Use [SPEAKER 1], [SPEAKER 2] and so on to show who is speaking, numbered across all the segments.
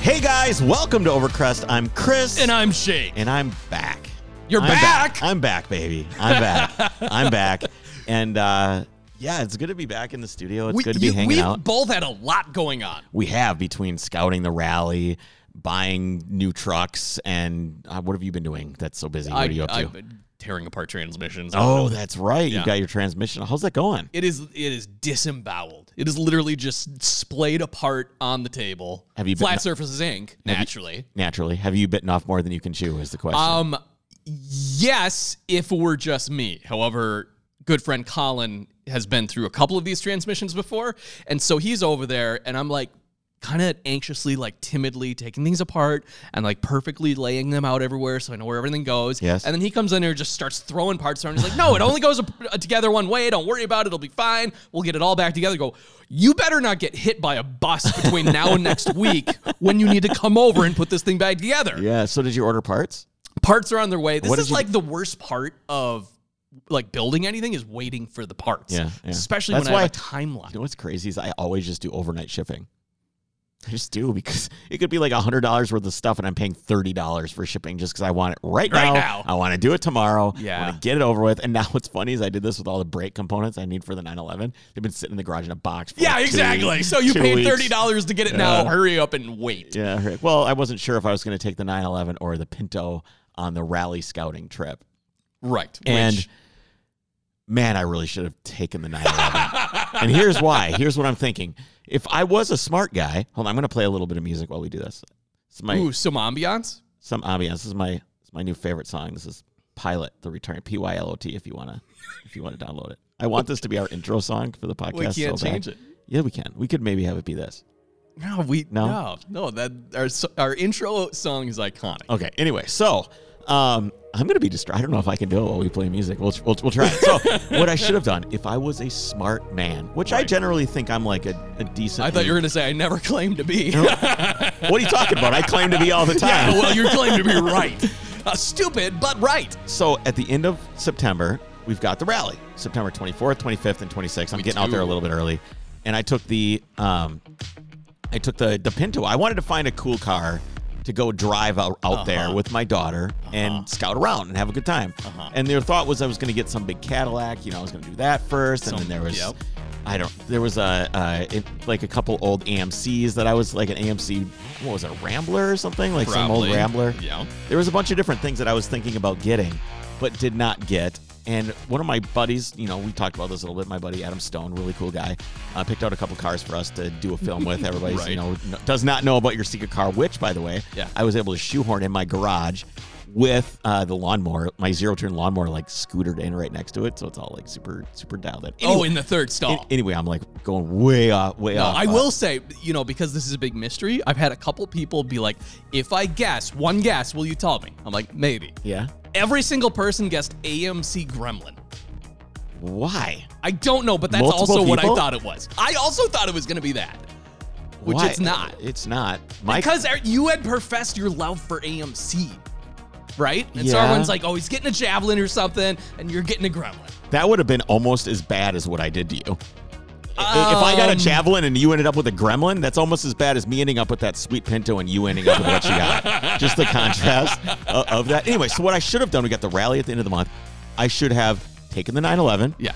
[SPEAKER 1] Hey guys, welcome to Overcrest. I'm Chris.
[SPEAKER 2] And I'm Shane.
[SPEAKER 1] and I'm back.
[SPEAKER 2] You're
[SPEAKER 1] I'm
[SPEAKER 2] back?
[SPEAKER 1] I'm back, baby. I'm back. I'm back. And uh, yeah, it's good to be back in the studio. It's good to be
[SPEAKER 2] you-
[SPEAKER 1] hanging
[SPEAKER 2] we've
[SPEAKER 1] out.
[SPEAKER 2] both had a lot going on.
[SPEAKER 1] We have between scouting the rally, buying new trucks, and uh, what have you been doing that's so busy? What are you up to?
[SPEAKER 2] have been tearing apart transmissions.
[SPEAKER 1] oh, that's right.
[SPEAKER 2] Yeah.
[SPEAKER 1] You've got your transmission. How's that going?
[SPEAKER 2] it is it is disemboweled. It is literally just splayed apart on the table.
[SPEAKER 1] Have you been-
[SPEAKER 2] flat surfaces ink naturally?
[SPEAKER 1] Naturally. Have you bitten off more than you can chew? Is the question.
[SPEAKER 2] Um, yes, if it were just me. However, good friend Colin has been through a couple of these transmissions before, and so he's over there, and I'm like kind of anxiously, like timidly taking things apart and like perfectly laying them out everywhere so I know where everything goes.
[SPEAKER 1] Yes.
[SPEAKER 2] And then he comes in there and just starts throwing parts around. He's like, no, it only goes a- together one way. Don't worry about it. It'll be fine. We'll get it all back together. I Go, you better not get hit by a bus between now and next week when you need to come over and put this thing back together
[SPEAKER 1] yeah. So did you order parts?
[SPEAKER 2] parts are on their way. This
[SPEAKER 1] What
[SPEAKER 2] is
[SPEAKER 1] did you-
[SPEAKER 2] like the worst part of like building anything is waiting for the parts.
[SPEAKER 1] Yeah, yeah.
[SPEAKER 2] Especially
[SPEAKER 1] That's
[SPEAKER 2] when I have a
[SPEAKER 1] You know
[SPEAKER 2] timeline.
[SPEAKER 1] what's crazy is I always just do overnight shipping. I just do because it could be like hundred dollars worth of stuff, and I'm paying thirty dollars for shipping just because I want it right,
[SPEAKER 2] Right
[SPEAKER 1] now.
[SPEAKER 2] now.
[SPEAKER 1] I want to do it tomorrow. I
[SPEAKER 2] Yeah.
[SPEAKER 1] want to get it over with. And now what's funny is I did this with all the brake components I need for the 911. They've been sitting in the garage in a box. For
[SPEAKER 2] Yeah,
[SPEAKER 1] like two
[SPEAKER 2] exactly.
[SPEAKER 1] weeks-
[SPEAKER 2] So you
[SPEAKER 1] two
[SPEAKER 2] paid
[SPEAKER 1] weeks.
[SPEAKER 2] thirty dollars to get it now. Hurry up and wait.
[SPEAKER 1] Yeah. right. Well, I wasn't sure if I was going to take the 911 or the Pinto on the rally scouting trip,
[SPEAKER 2] Right.
[SPEAKER 1] and
[SPEAKER 2] which-
[SPEAKER 1] man, I really should have taken the 911. and here's why. Here's what I'm thinking. If I was a smart guy, hold on, I'm going to play a little bit of music while we do this. It's my
[SPEAKER 2] ooh, some ambiance.
[SPEAKER 1] some ambiance. This is my it's my new favorite song. This is Pilot, the return P Y L O T. If you wanna if you wanna download it, I want this to be our intro song for the podcast.
[SPEAKER 2] We can't
[SPEAKER 1] so bad.
[SPEAKER 2] change it.
[SPEAKER 1] Yeah, we can. We could maybe have it be this.
[SPEAKER 2] No, we
[SPEAKER 1] No?
[SPEAKER 2] no no that our s- our intro song is iconic.
[SPEAKER 1] Okay. Anyway, so um, I'm gonna be distracted. I don't know if I can do it while we play music. We'll we'll, we'll try. it. So what I should have done if I was a smart man, which I generally think I'm like a, a decent.
[SPEAKER 2] I thought you were gonna say I never claimed to be.
[SPEAKER 1] What are you talking about? I claim to be all the time.
[SPEAKER 2] Yeah, well, you claim to be right. Uh, stupid, but right.
[SPEAKER 1] So at the end of September, we've got the rally. September 24th, 25th, and 26th. I'm
[SPEAKER 2] We
[SPEAKER 1] getting out
[SPEAKER 2] do.
[SPEAKER 1] there a little bit early. And I took the um I took the the Pinto. I wanted to find a cool car to go drive out, out
[SPEAKER 2] Uh-huh.
[SPEAKER 1] there with my daughter and scout around and have a good time.
[SPEAKER 2] Uh-huh.
[SPEAKER 1] And their thought was I was going to get some big Cadillac, you know, I was going to do that first and
[SPEAKER 2] Some-
[SPEAKER 1] then there was
[SPEAKER 2] yep.
[SPEAKER 1] I don't. There was a, a it, like a couple old AMC's that I was like an AMC. What was it, a Rambler or something? Like some old
[SPEAKER 2] Probably.
[SPEAKER 1] Rambler.
[SPEAKER 2] Yeah.
[SPEAKER 1] There was a bunch of different things that I was thinking about getting, but did not get. And one of my buddies, you know, we talked about this a little bit. My buddy Adam Stone, really cool guy, uh, picked out a couple cars for us to do a film with. Everybody's, you
[SPEAKER 2] Right.
[SPEAKER 1] know, no, does not know about your secret car, which, by the way,
[SPEAKER 2] Yeah.
[SPEAKER 1] I was able to shoehorn in my garage with uh, the lawnmower, my zero turn lawnmower, like scootered in right next to it. So it's all like super, super dialed in.
[SPEAKER 2] oh,
[SPEAKER 1] Anyway-
[SPEAKER 2] in the third stall.
[SPEAKER 1] An- anyway, I'm like going way off, way
[SPEAKER 2] No,
[SPEAKER 1] off.
[SPEAKER 2] I
[SPEAKER 1] uh,
[SPEAKER 2] will say, you know, because this is a big mystery, I've had a couple people be like, if I guess, one guess, will you tell me? I'm like, maybe.
[SPEAKER 1] Yeah.
[SPEAKER 2] Every single person guessed AMC Gremlin.
[SPEAKER 1] Why?
[SPEAKER 2] I don't know, but that's
[SPEAKER 1] Multiple
[SPEAKER 2] also what I
[SPEAKER 1] people?
[SPEAKER 2] thought it was. I also thought it was going to be that, which
[SPEAKER 1] Why?
[SPEAKER 2] it's not.
[SPEAKER 1] It's not. My
[SPEAKER 2] Because er- you had professed your love for AMC, right? And so
[SPEAKER 1] Yeah.
[SPEAKER 2] everyone's like, oh, he's getting a javelin or something, and you're getting a gremlin.
[SPEAKER 1] that would have been almost as bad as what I did to you. I- if I got a
[SPEAKER 2] Um,
[SPEAKER 1] javelin and you ended up with a gremlin, that's almost as bad as me ending up with that sweet pinto and you ending up with what you got. Just the contrast o- of that. Anyway, so what I should have done, we got the rally at the end of the month. I should have taken the 911.
[SPEAKER 2] Yeah.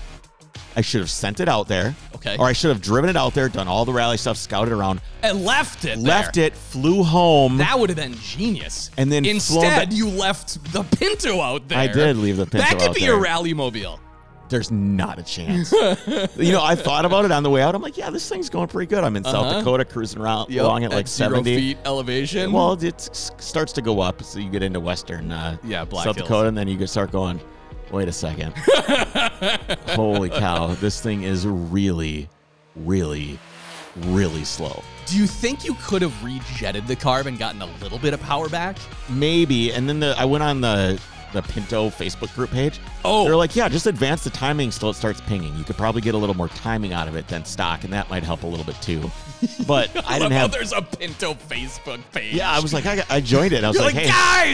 [SPEAKER 1] I should have sent it out there.
[SPEAKER 2] Okay.
[SPEAKER 1] Or I should have driven it out there, done all the rally stuff, scouted around,
[SPEAKER 2] And left it.
[SPEAKER 1] left
[SPEAKER 2] there.
[SPEAKER 1] it, flew home.
[SPEAKER 2] That would have been genius.
[SPEAKER 1] And then flown
[SPEAKER 2] instead,
[SPEAKER 1] back-
[SPEAKER 2] you left the Pinto out there.
[SPEAKER 1] I did leave the Pinto
[SPEAKER 2] That could
[SPEAKER 1] out
[SPEAKER 2] be
[SPEAKER 1] there.
[SPEAKER 2] your rally mobile.
[SPEAKER 1] there's not a chance. you know, I thought about it on the way out. I'm like, yeah, this thing's going pretty good. I'm in South
[SPEAKER 2] Uh-huh.
[SPEAKER 1] Dakota cruising around along at like
[SPEAKER 2] zero
[SPEAKER 1] 70.
[SPEAKER 2] feet elevation.
[SPEAKER 1] Well, it s- starts to go up, so you get into western uh,
[SPEAKER 2] Yeah, Black
[SPEAKER 1] South
[SPEAKER 2] Hills.
[SPEAKER 1] Dakota, and then you can start going. Wait a second! Holy cow! This thing is really, really, really slow.
[SPEAKER 2] do you think you could have rejetted the carb and gotten a little bit of power back?
[SPEAKER 1] Maybe, and then the I went on the the Pinto Facebook group page.
[SPEAKER 2] Oh.
[SPEAKER 1] they're like, yeah, just advance the timing till it starts pinging. You could probably get a little more timing out of it than stock, and that might help a little bit too. But I didn't
[SPEAKER 2] Well,
[SPEAKER 1] have.
[SPEAKER 2] There's a Pinto Facebook page.
[SPEAKER 1] Yeah, I was like, I, got- I joined it. and I was
[SPEAKER 2] You're
[SPEAKER 1] like,
[SPEAKER 2] like,
[SPEAKER 1] hey,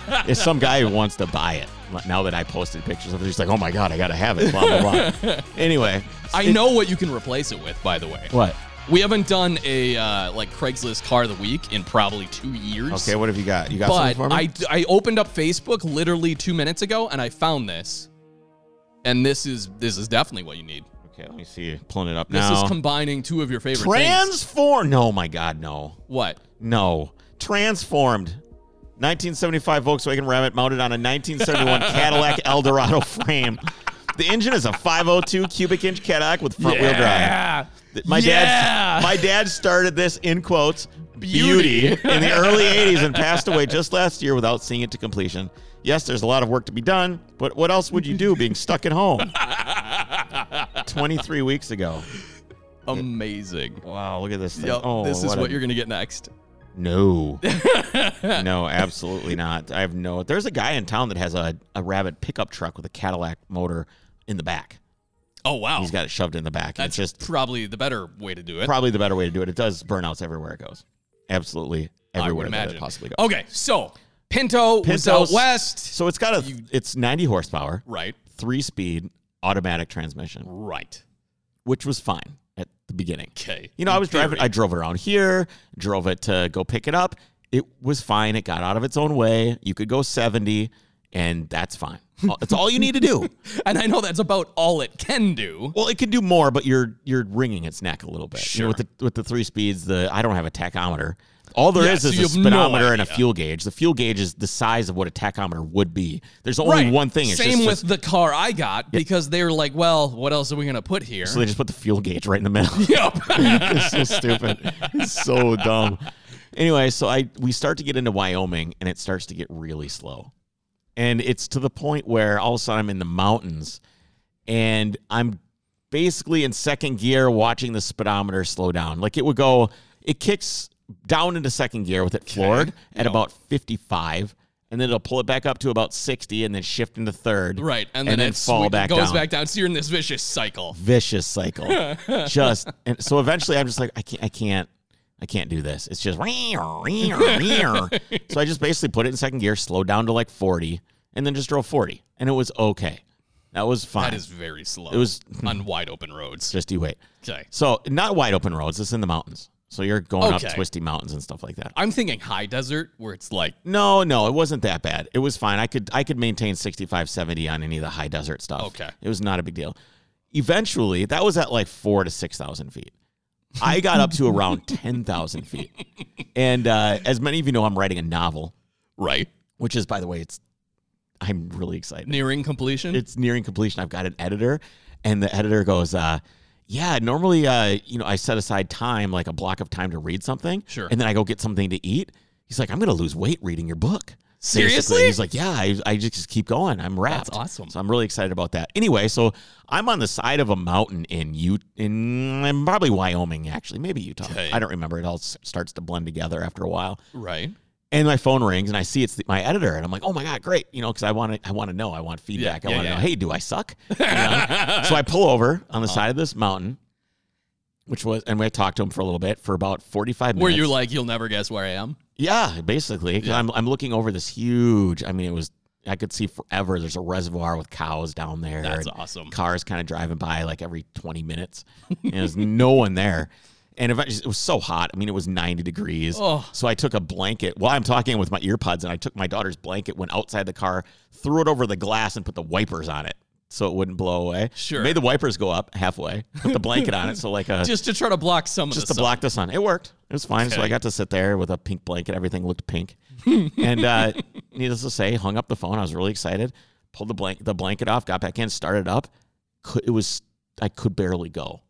[SPEAKER 2] guys.
[SPEAKER 1] If some guy who wants to buy it, now that I posted pictures of it, he's like, "Oh my god, I gotta have it." Blah blah blah. anyway,
[SPEAKER 2] I
[SPEAKER 1] it-
[SPEAKER 2] know what you can replace it with, by the way.
[SPEAKER 1] what
[SPEAKER 2] We haven't done a uh, like Craigslist car of the week in probably two years.
[SPEAKER 1] Okay, what have you got? You got
[SPEAKER 2] but
[SPEAKER 1] something for me?
[SPEAKER 2] I, I opened up Facebook literally two minutes ago and I found this, and this is this is definitely what you need.
[SPEAKER 1] okay, let me see. Pulling it up
[SPEAKER 2] This
[SPEAKER 1] now.
[SPEAKER 2] is combining two of your favorite things.
[SPEAKER 1] Transform. No, my God, no.
[SPEAKER 2] What?
[SPEAKER 1] No. Transformed. 1975 Volkswagen Rabbit mounted on a 1971 Cadillac Eldorado frame. The engine is a 502 cubic inch Cadillac with front Oh, wheel drive. Th- My
[SPEAKER 2] Yeah.
[SPEAKER 1] dad my dad started this in quotes
[SPEAKER 2] Beauty.
[SPEAKER 1] beauty, in the early 80s and passed away just last year without seeing it to completion. Yes, there's a lot of work to be done, but what else would you do being stuck at home? 23 weeks ago.
[SPEAKER 2] Amazing.
[SPEAKER 1] Wow, look at this thing.
[SPEAKER 2] Yep,
[SPEAKER 1] oh,
[SPEAKER 2] this is what,
[SPEAKER 1] a-
[SPEAKER 2] you're gonna get next.
[SPEAKER 1] No. no, absolutely not. I have no. There's a guy in town that has a, a rabbit pickup truck with a Cadillac motor in the back.
[SPEAKER 2] Oh wow,
[SPEAKER 1] He's got it shoved in the back. and
[SPEAKER 2] that's
[SPEAKER 1] It's just
[SPEAKER 2] probably the better way to do it.
[SPEAKER 1] probably the better way to do it. It does burnouts everywhere it goes. Absolutely
[SPEAKER 2] I
[SPEAKER 1] everywhere
[SPEAKER 2] would
[SPEAKER 1] that
[SPEAKER 2] imagine. Oh,
[SPEAKER 1] it possibly goes.
[SPEAKER 2] Okay, so Pinto was out
[SPEAKER 1] Pinto's-
[SPEAKER 2] west.
[SPEAKER 1] So it's got a it's 90 horsepower,
[SPEAKER 2] Right,
[SPEAKER 1] three speed automatic transmission,
[SPEAKER 2] right.
[SPEAKER 1] which was fine at the beginning.
[SPEAKER 2] Okay.
[SPEAKER 1] You know, I was
[SPEAKER 2] Theory.
[SPEAKER 1] driving. I drove it around here, drove it to go pick it up. It was fine. It got out of its own way. You could go 70, and that's fine. All- That's all you need to do.
[SPEAKER 2] and I know that's about all it can do.
[SPEAKER 1] Well, it can do more, but you're you're wringing its neck a little bit. You
[SPEAKER 2] Sure.
[SPEAKER 1] know, with the with the three speeds, the I don't have a tachometer. All there
[SPEAKER 2] Yeah,
[SPEAKER 1] is
[SPEAKER 2] so you
[SPEAKER 1] is
[SPEAKER 2] have
[SPEAKER 1] a
[SPEAKER 2] no
[SPEAKER 1] speedometer and a
[SPEAKER 2] idea.
[SPEAKER 1] fuel gauge. The fuel gauge is the size of what a tachometer would be. There's only
[SPEAKER 2] right.
[SPEAKER 1] one thing. It's
[SPEAKER 2] Same
[SPEAKER 1] just,
[SPEAKER 2] with the car I got because they were like, well, what else are we gonna put here?
[SPEAKER 1] so they just put the fuel gauge right in the middle.
[SPEAKER 2] Yep.
[SPEAKER 1] it's so stupid. It's so dumb. Anyway, so I we start to get into Wyoming and it starts to get really slow. And it's to the point where all of a sudden I'm in the mountains and I'm basically in second gear watching the speedometer slow down. Like it would go it kicks down into second gear with it floored at about 55 and then it'll pull it back up to about 60 and then shift into third.
[SPEAKER 2] Right, and then, it
[SPEAKER 1] fall
[SPEAKER 2] swe-
[SPEAKER 1] back
[SPEAKER 2] goes
[SPEAKER 1] down
[SPEAKER 2] back down. So you're in this vicious cycle.
[SPEAKER 1] vicious cycle. just and so eventually I'm just like I can't I can't I can't do this. It's just so I just basically put it in second gear, slowed down to like 40, and then just drove 40, and it was okay. That was fine.
[SPEAKER 2] That is very slow.
[SPEAKER 1] it was hmm.
[SPEAKER 2] on wide open roads.
[SPEAKER 1] just you wait.
[SPEAKER 2] Okay.
[SPEAKER 1] So not wide open roads. It's in the mountains. So you're going
[SPEAKER 2] Okay.
[SPEAKER 1] up twisty mountains and stuff like that.
[SPEAKER 2] I'm thinking high desert where it's like
[SPEAKER 1] No, no, it wasn't that bad. It was fine. I could I could maintain 65 70 on any of the high desert stuff.
[SPEAKER 2] Okay.
[SPEAKER 1] It was not a big deal. Eventually, that was at like 4 to 6,000 feet. I got up to around 10,000 feet. And uh, as many of you know, I'm writing a novel,
[SPEAKER 2] right
[SPEAKER 1] which is by the way, it's I'm really excited
[SPEAKER 2] nearing completion.
[SPEAKER 1] it's nearing completion. I've got an editor, and the editor goes, uh, "Yeah, normally, uh, you know, I set aside time, like a block of time to read something,
[SPEAKER 2] Sure.
[SPEAKER 1] and then I go get something to eat." He's like, "I'm gonna lose weight reading your book."
[SPEAKER 2] Seriously?
[SPEAKER 1] Basically. He's like, "Yeah, I, I just, just keep going. I'm wrapped."
[SPEAKER 2] awesome.
[SPEAKER 1] So I'm really excited about that. Anyway, so I'm on the side of a mountain in U in probably Wyoming, actually, maybe Utah.
[SPEAKER 2] Okay.
[SPEAKER 1] I don't remember. It all s- starts to blend together after a while
[SPEAKER 2] right.
[SPEAKER 1] and my phone rings and I see it's the, my editor and I'm like, oh my god, great, you know, because I want to, I want to know, I want feedback,
[SPEAKER 2] yeah,
[SPEAKER 1] I want to
[SPEAKER 2] yeah. Uh-huh.
[SPEAKER 1] know, hey, do I suck? You know? so I pull over on the side of this mountain, which was, and we talked to him for a little bit for about 45 minutes.
[SPEAKER 2] Where you're like, you'll never guess where I am.
[SPEAKER 1] Yeah, basically, 'cause I'm I'm looking over this huge. I mean, it was I could see forever. There's a reservoir with cows down there.
[SPEAKER 2] That's
[SPEAKER 1] and
[SPEAKER 2] awesome.
[SPEAKER 1] Cars kind of driving by like every 20 minutes, and there's no one there. And eventually, it was so hot. I mean, it was 90 degrees.
[SPEAKER 2] Oh.
[SPEAKER 1] So I took a blanket while I'm talking with my earpods, and I took my daughter's blanket, went outside the car, threw it over the glass, and put the wipers on it so it wouldn't blow away.
[SPEAKER 2] Sure.
[SPEAKER 1] Made the wipers go up halfway. Put the blanket on it so like a
[SPEAKER 2] Just to try to block some of
[SPEAKER 1] Uh, just
[SPEAKER 2] the
[SPEAKER 1] to block the sun. It worked. It was fine. So I got to sit there with a pink blanket. Everything looked pink. and uh, needless to say, hung up the phone. I was really excited. Pulled the blank the blanket off. Got back in. Started up. Could, it was I could barely go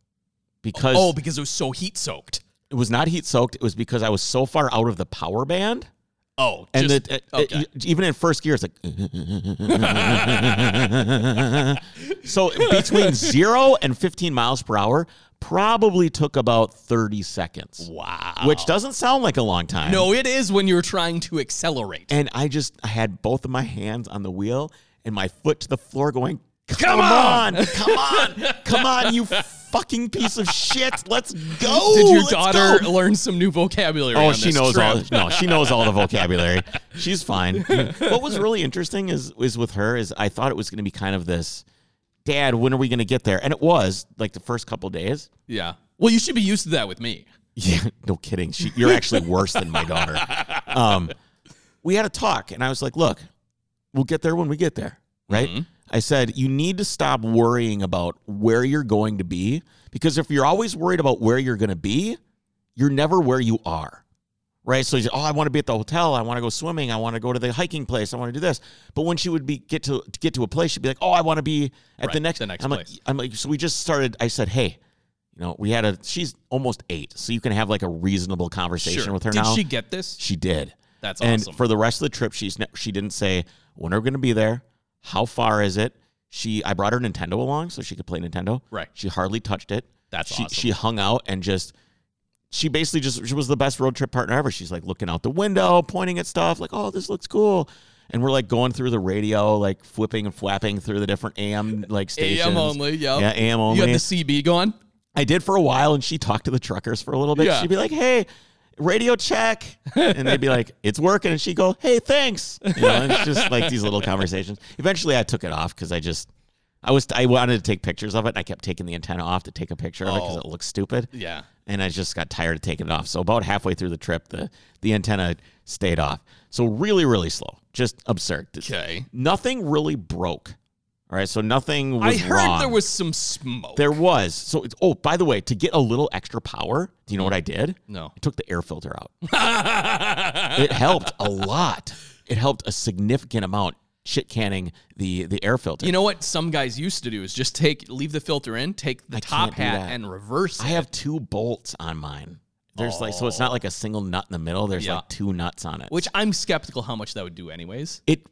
[SPEAKER 1] because
[SPEAKER 2] Oh, because it was so heat soaked.
[SPEAKER 1] it was not heat soaked. It was because I was so far out of the power band.
[SPEAKER 2] Oh,
[SPEAKER 1] And
[SPEAKER 2] just,
[SPEAKER 1] that it- it-
[SPEAKER 2] okay.
[SPEAKER 1] even in first gear, it's like. so between zero and 15 miles per hour probably took about 30 seconds
[SPEAKER 2] wow.
[SPEAKER 1] which doesn't sound like a long time.
[SPEAKER 2] No, it is when you're trying to accelerate.
[SPEAKER 1] And I just I had both of my hands on the wheel and my foot to the floor going, Come,
[SPEAKER 2] on!"
[SPEAKER 1] on, come on, come on, you fucking piece of shit. Let's go.
[SPEAKER 2] Did your
[SPEAKER 1] let's
[SPEAKER 2] daughter
[SPEAKER 1] go."
[SPEAKER 2] learn some new vocabulary?
[SPEAKER 1] Oh,
[SPEAKER 2] on
[SPEAKER 1] she
[SPEAKER 2] this
[SPEAKER 1] knows
[SPEAKER 2] trip?
[SPEAKER 1] all. No, she knows all the vocabulary. She's fine. what was really interesting is is with her is I thought it was going to be kind of this, Dad, when are we going to get there? And it was like the first couple days.
[SPEAKER 2] Yeah. Well, you should be used to that with me.
[SPEAKER 1] Yeah, no kidding. She, you're actually worse than my daughter. Um, we had a talk, and I was like, "Look, we'll get there when we get there, right?"
[SPEAKER 2] Mm-hmm.
[SPEAKER 1] I said, "You need to stop worrying about where you're going to be because if you're always worried about where you're going to be, you're never where you are." Right? So, you say, "Oh, I want to be at the hotel. I want to go swimming. I want to go to the hiking place. I want to do this." But when she would be get to get to a place, she'd be like, "Oh, I want to be at the
[SPEAKER 2] Right,
[SPEAKER 1] next
[SPEAKER 2] the next
[SPEAKER 1] I'm like-
[SPEAKER 2] place.
[SPEAKER 1] I'm like, so we just started. I said, "Hey, you know, we had a. She's almost eight, so you can have like a reasonable conversation with her
[SPEAKER 2] Did
[SPEAKER 1] now.
[SPEAKER 2] she get this?
[SPEAKER 1] She did.
[SPEAKER 2] That's
[SPEAKER 1] and
[SPEAKER 2] awesome.
[SPEAKER 1] for the rest of the trip, she's ne- she didn't say when are we going to be there, how far is it. She I brought her Nintendo along so she could play Nintendo.
[SPEAKER 2] Right.
[SPEAKER 1] She hardly touched it.
[SPEAKER 2] That's
[SPEAKER 1] she
[SPEAKER 2] awesome.
[SPEAKER 1] she hung out and just she basically just she was the best road trip partner ever. She's like looking out the window, pointing at stuff, like, oh, this looks cool. And we're like going through the radio, like flipping and flapping through the different AM like stations.
[SPEAKER 2] AM only, yeah.
[SPEAKER 1] Yeah, AM only.
[SPEAKER 2] You had the CB going?
[SPEAKER 1] I did for a while, and she talked to the truckers for a little bit.
[SPEAKER 2] Yeah.
[SPEAKER 1] She'd be like, "Hey, radio check," and they'd be like, "It's working," and she'd go, "Hey, thanks." You know, and it's just like these little conversations. Eventually, I took it off because I just. I was I wanted to take pictures of it and I kept taking the antenna off to take a picture of it because
[SPEAKER 2] Oh.
[SPEAKER 1] it looks stupid.
[SPEAKER 2] Yeah.
[SPEAKER 1] And I just got tired of taking it off. So about halfway through the trip the the antenna stayed off. So really really slow. Just absurd.
[SPEAKER 2] Okay.
[SPEAKER 1] Nothing really broke. All right, so nothing
[SPEAKER 2] I
[SPEAKER 1] was
[SPEAKER 2] heard
[SPEAKER 1] wrong.
[SPEAKER 2] there was some smoke.
[SPEAKER 1] There was. So, it's, oh, by the way, to get a little extra power, do you know what I did?
[SPEAKER 2] No.
[SPEAKER 1] I took the air filter out. it helped a lot. It helped a significant amount shit canning the, the air filter.
[SPEAKER 2] You know what some guys used to do is just take leave the filter in, take the top
[SPEAKER 1] can't do
[SPEAKER 2] hat
[SPEAKER 1] that.
[SPEAKER 2] and reverse
[SPEAKER 1] I
[SPEAKER 2] it.
[SPEAKER 1] have two bolts on mine. There's like, so it's not like a single nut in the middle, there's
[SPEAKER 2] Yeah.
[SPEAKER 1] like two nuts on it.
[SPEAKER 2] Which I'm skeptical how much that would do anyways.
[SPEAKER 1] it,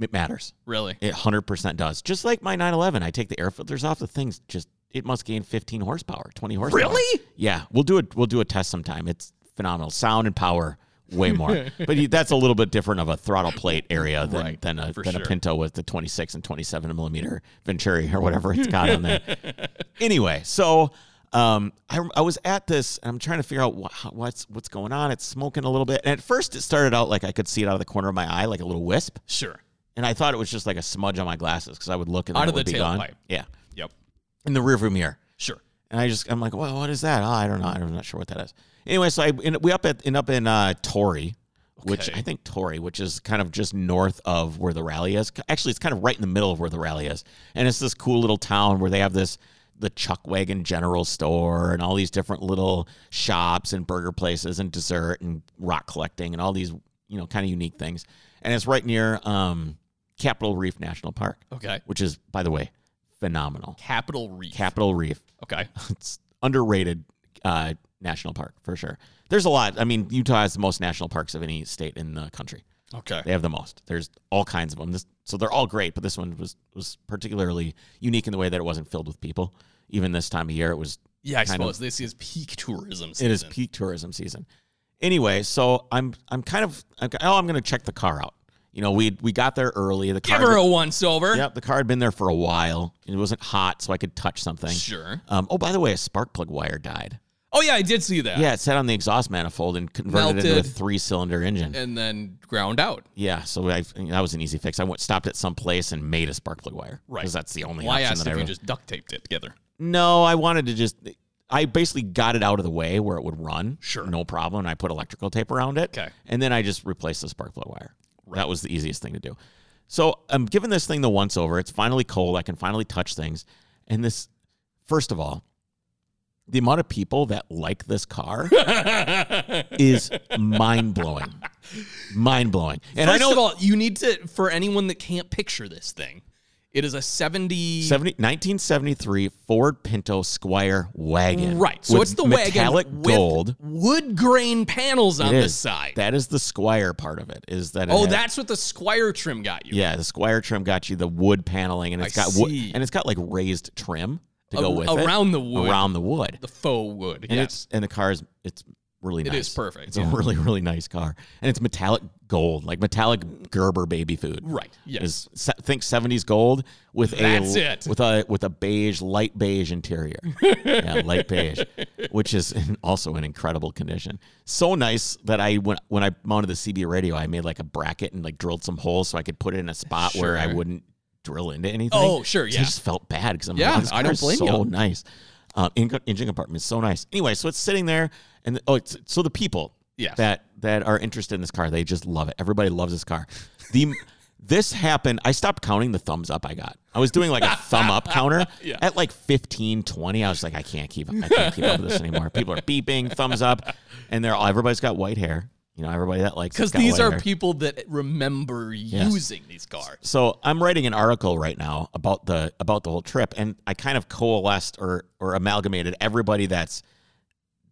[SPEAKER 1] it matters.
[SPEAKER 2] Really.
[SPEAKER 1] It 100% does. Just like my 911, I take the air filters off, the thing's just, it must gain 15 horsepower, 20 horsepower.
[SPEAKER 2] Really?
[SPEAKER 1] Yeah, we'll do it. We'll do a test sometime. It's phenomenal. Sound and power, way more. but you, that's a little bit different of a throttle plate area than
[SPEAKER 2] Right,
[SPEAKER 1] than a
[SPEAKER 2] for
[SPEAKER 1] than a
[SPEAKER 2] sure.
[SPEAKER 1] Pinto with the 26 and 27 millimeter Venturi or whatever it's got on there. Anyway, so. Um, I, I was at this, and I'm trying to figure out what, what's what's going on. It's smoking a little bit, and at first it started out like I could see it out of the corner of my eye, like a little wisp,
[SPEAKER 2] Sure.
[SPEAKER 1] and I thought it was just like a smudge on my glasses because I would look and
[SPEAKER 2] Out
[SPEAKER 1] then
[SPEAKER 2] of
[SPEAKER 1] it would
[SPEAKER 2] the
[SPEAKER 1] be gone.
[SPEAKER 2] tailpipe.
[SPEAKER 1] Yeah,
[SPEAKER 2] Yep.
[SPEAKER 1] in the rearview mirror.
[SPEAKER 2] Sure.
[SPEAKER 1] And I just, I'm like, well, what is that? Oh, I don't know. I'm not sure what that is. Anyway, so I end up- we up at end up in uh, Torrey, which
[SPEAKER 2] Okay.
[SPEAKER 1] I think Torrey, which is kind of just north of where the rally is. Actually, it's kind of right in the middle of where the rally is, and it's this cool little town where they have this the Chuck Wagon General Store and all these different little shops and burger places and dessert and rock collecting and all these you know kind of unique things. And it's right near um, Capitol Reef National Park,
[SPEAKER 2] Okay.
[SPEAKER 1] which is, by the way, phenomenal.
[SPEAKER 2] Capital Reef.
[SPEAKER 1] Capitol Reef
[SPEAKER 2] okay.
[SPEAKER 1] it's underrated uh, national park for sure. There's a lot. I mean, Utah has the most national parks of any state in the country.
[SPEAKER 2] Okay.
[SPEAKER 1] They have the most. There's all kinds of them. This, so they're all great, but this one was was particularly unique in the way that it wasn't filled with people. Even this time of year, it was
[SPEAKER 2] Yeah, I
[SPEAKER 1] kind of-
[SPEAKER 2] suppose this is peak tourism
[SPEAKER 1] it is
[SPEAKER 2] season.
[SPEAKER 1] peak tourism season. Anyway, so I'm I'm kind of I'm, oh I'm gonna check the car out. You know, we we got there early. The car
[SPEAKER 2] Give her a once over.
[SPEAKER 1] yep, the car had been there for a while. It wasn't hot, so I could touch something.
[SPEAKER 2] Sure.
[SPEAKER 1] Um, oh, by the way, a spark plug wire died.
[SPEAKER 2] Oh yeah, I did see that.
[SPEAKER 1] Yeah, it sat on the exhaust manifold and converted it into a
[SPEAKER 2] Melted.
[SPEAKER 1] three-cylinder engine.
[SPEAKER 2] And then ground out.
[SPEAKER 1] yeah, so I, that was an easy fix. I went stopped at some place and made a spark plug wire.
[SPEAKER 2] Right.
[SPEAKER 1] because that's the only
[SPEAKER 2] Why
[SPEAKER 1] option
[SPEAKER 2] asked
[SPEAKER 1] that I
[SPEAKER 2] if you
[SPEAKER 1] really.
[SPEAKER 2] just duct taped it together?
[SPEAKER 1] no, I wanted to just. I basically got it out of the way where it would run.
[SPEAKER 2] Sure.
[SPEAKER 1] no problem. And I put electrical tape around it.
[SPEAKER 2] Okay.
[SPEAKER 1] and then I just replaced the spark plug wire. That was the easiest thing to do. So I'm giving this thing the once over. It's finally cold. I can finally touch things. And this, first of all, the amount of people that like this car is mind blowing. Mind blowing. And
[SPEAKER 2] First
[SPEAKER 1] I know
[SPEAKER 2] of all, you need to for anyone that can't picture this thing, it is a 70
[SPEAKER 1] 70, 1973 Ford Pinto Squire wagon.
[SPEAKER 2] Right. So
[SPEAKER 1] with
[SPEAKER 2] it's the
[SPEAKER 1] metallic
[SPEAKER 2] wagon
[SPEAKER 1] gold.
[SPEAKER 2] with wood grain panels on
[SPEAKER 1] It
[SPEAKER 2] the
[SPEAKER 1] is.
[SPEAKER 2] side.
[SPEAKER 1] That is the Squire part of it. Is that it
[SPEAKER 2] oh,
[SPEAKER 1] had-
[SPEAKER 2] that's what the Squire trim got you.
[SPEAKER 1] Yeah, the Squire trim got you the wood paneling, and it's
[SPEAKER 2] I
[SPEAKER 1] got wood,
[SPEAKER 2] see.
[SPEAKER 1] and it's got like raised trim to go
[SPEAKER 2] Ar-
[SPEAKER 1] with it. Oh,
[SPEAKER 2] around the wood.
[SPEAKER 1] around the wood.
[SPEAKER 2] The faux wood.
[SPEAKER 1] and
[SPEAKER 2] yes.
[SPEAKER 1] it's and the car is it's really nice.
[SPEAKER 2] is perfect,
[SPEAKER 1] It's
[SPEAKER 2] yeah.
[SPEAKER 1] a really really nice car, and it's metallic gold, like metallic Gerber baby food.
[SPEAKER 2] Right. Yes.
[SPEAKER 1] Is se- think seventies gold with
[SPEAKER 2] That's
[SPEAKER 1] a
[SPEAKER 2] it.
[SPEAKER 1] with a with a beige light beige interior. yeah, light beige, which is in, also an incredible condition. So nice that I when when I mounted the CB radio, I made like a bracket and like drilled some holes so I could put it in a spot where I
[SPEAKER 2] Sure.
[SPEAKER 1] wouldn't drill into anything.
[SPEAKER 2] Oh, sure,
[SPEAKER 1] So
[SPEAKER 2] yeah.
[SPEAKER 1] I just felt bad because I'm
[SPEAKER 2] Yeah,
[SPEAKER 1] like, oh, this
[SPEAKER 2] I
[SPEAKER 1] car
[SPEAKER 2] don't
[SPEAKER 1] is
[SPEAKER 2] blame
[SPEAKER 1] so
[SPEAKER 2] you.
[SPEAKER 1] nice. uh, in- engine compartment. It's so nice. Anyway, so it's sitting there, and oh, it's, so the people
[SPEAKER 2] Yes.
[SPEAKER 1] that that are interested in this car, they just love it. Everybody loves this car. The this happened. I stopped counting the thumbs up I got. I was doing like a thumb up counter
[SPEAKER 2] Yeah.
[SPEAKER 1] at like 15, 20. I was like, I can't keep, I can't keep up with this anymore. People are beeping, thumbs up, and they're all, everybody's got white hair. You know, everybody that likes
[SPEAKER 2] Because
[SPEAKER 1] it's got
[SPEAKER 2] these
[SPEAKER 1] white
[SPEAKER 2] are
[SPEAKER 1] hair.
[SPEAKER 2] people that remember
[SPEAKER 1] Yes.
[SPEAKER 2] using these cars.
[SPEAKER 1] So I'm writing an article right now about the about the whole trip, and I kind of coalesced or or amalgamated everybody that's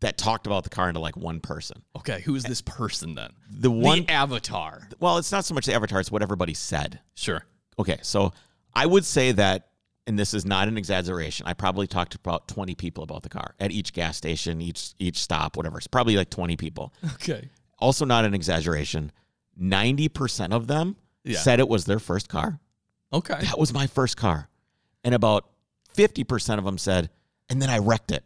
[SPEAKER 1] that talked about the car into like one person.
[SPEAKER 2] Okay, who is this person then?
[SPEAKER 1] The one,
[SPEAKER 2] the avatar.
[SPEAKER 1] well, it's not so much the avatar; it's what everybody said.
[SPEAKER 2] Sure.
[SPEAKER 1] Okay, so I would say that, and this is not an exaggeration. I probably talked to about 20 people about the car at each gas station, each each stop, whatever. It's probably like 20 people.
[SPEAKER 2] Okay.
[SPEAKER 1] Also, not an exaggeration. 90% of them
[SPEAKER 2] Yeah.
[SPEAKER 1] said it was their first car.
[SPEAKER 2] Okay.
[SPEAKER 1] that was my first car. And about 50% of them said, and then I wrecked it.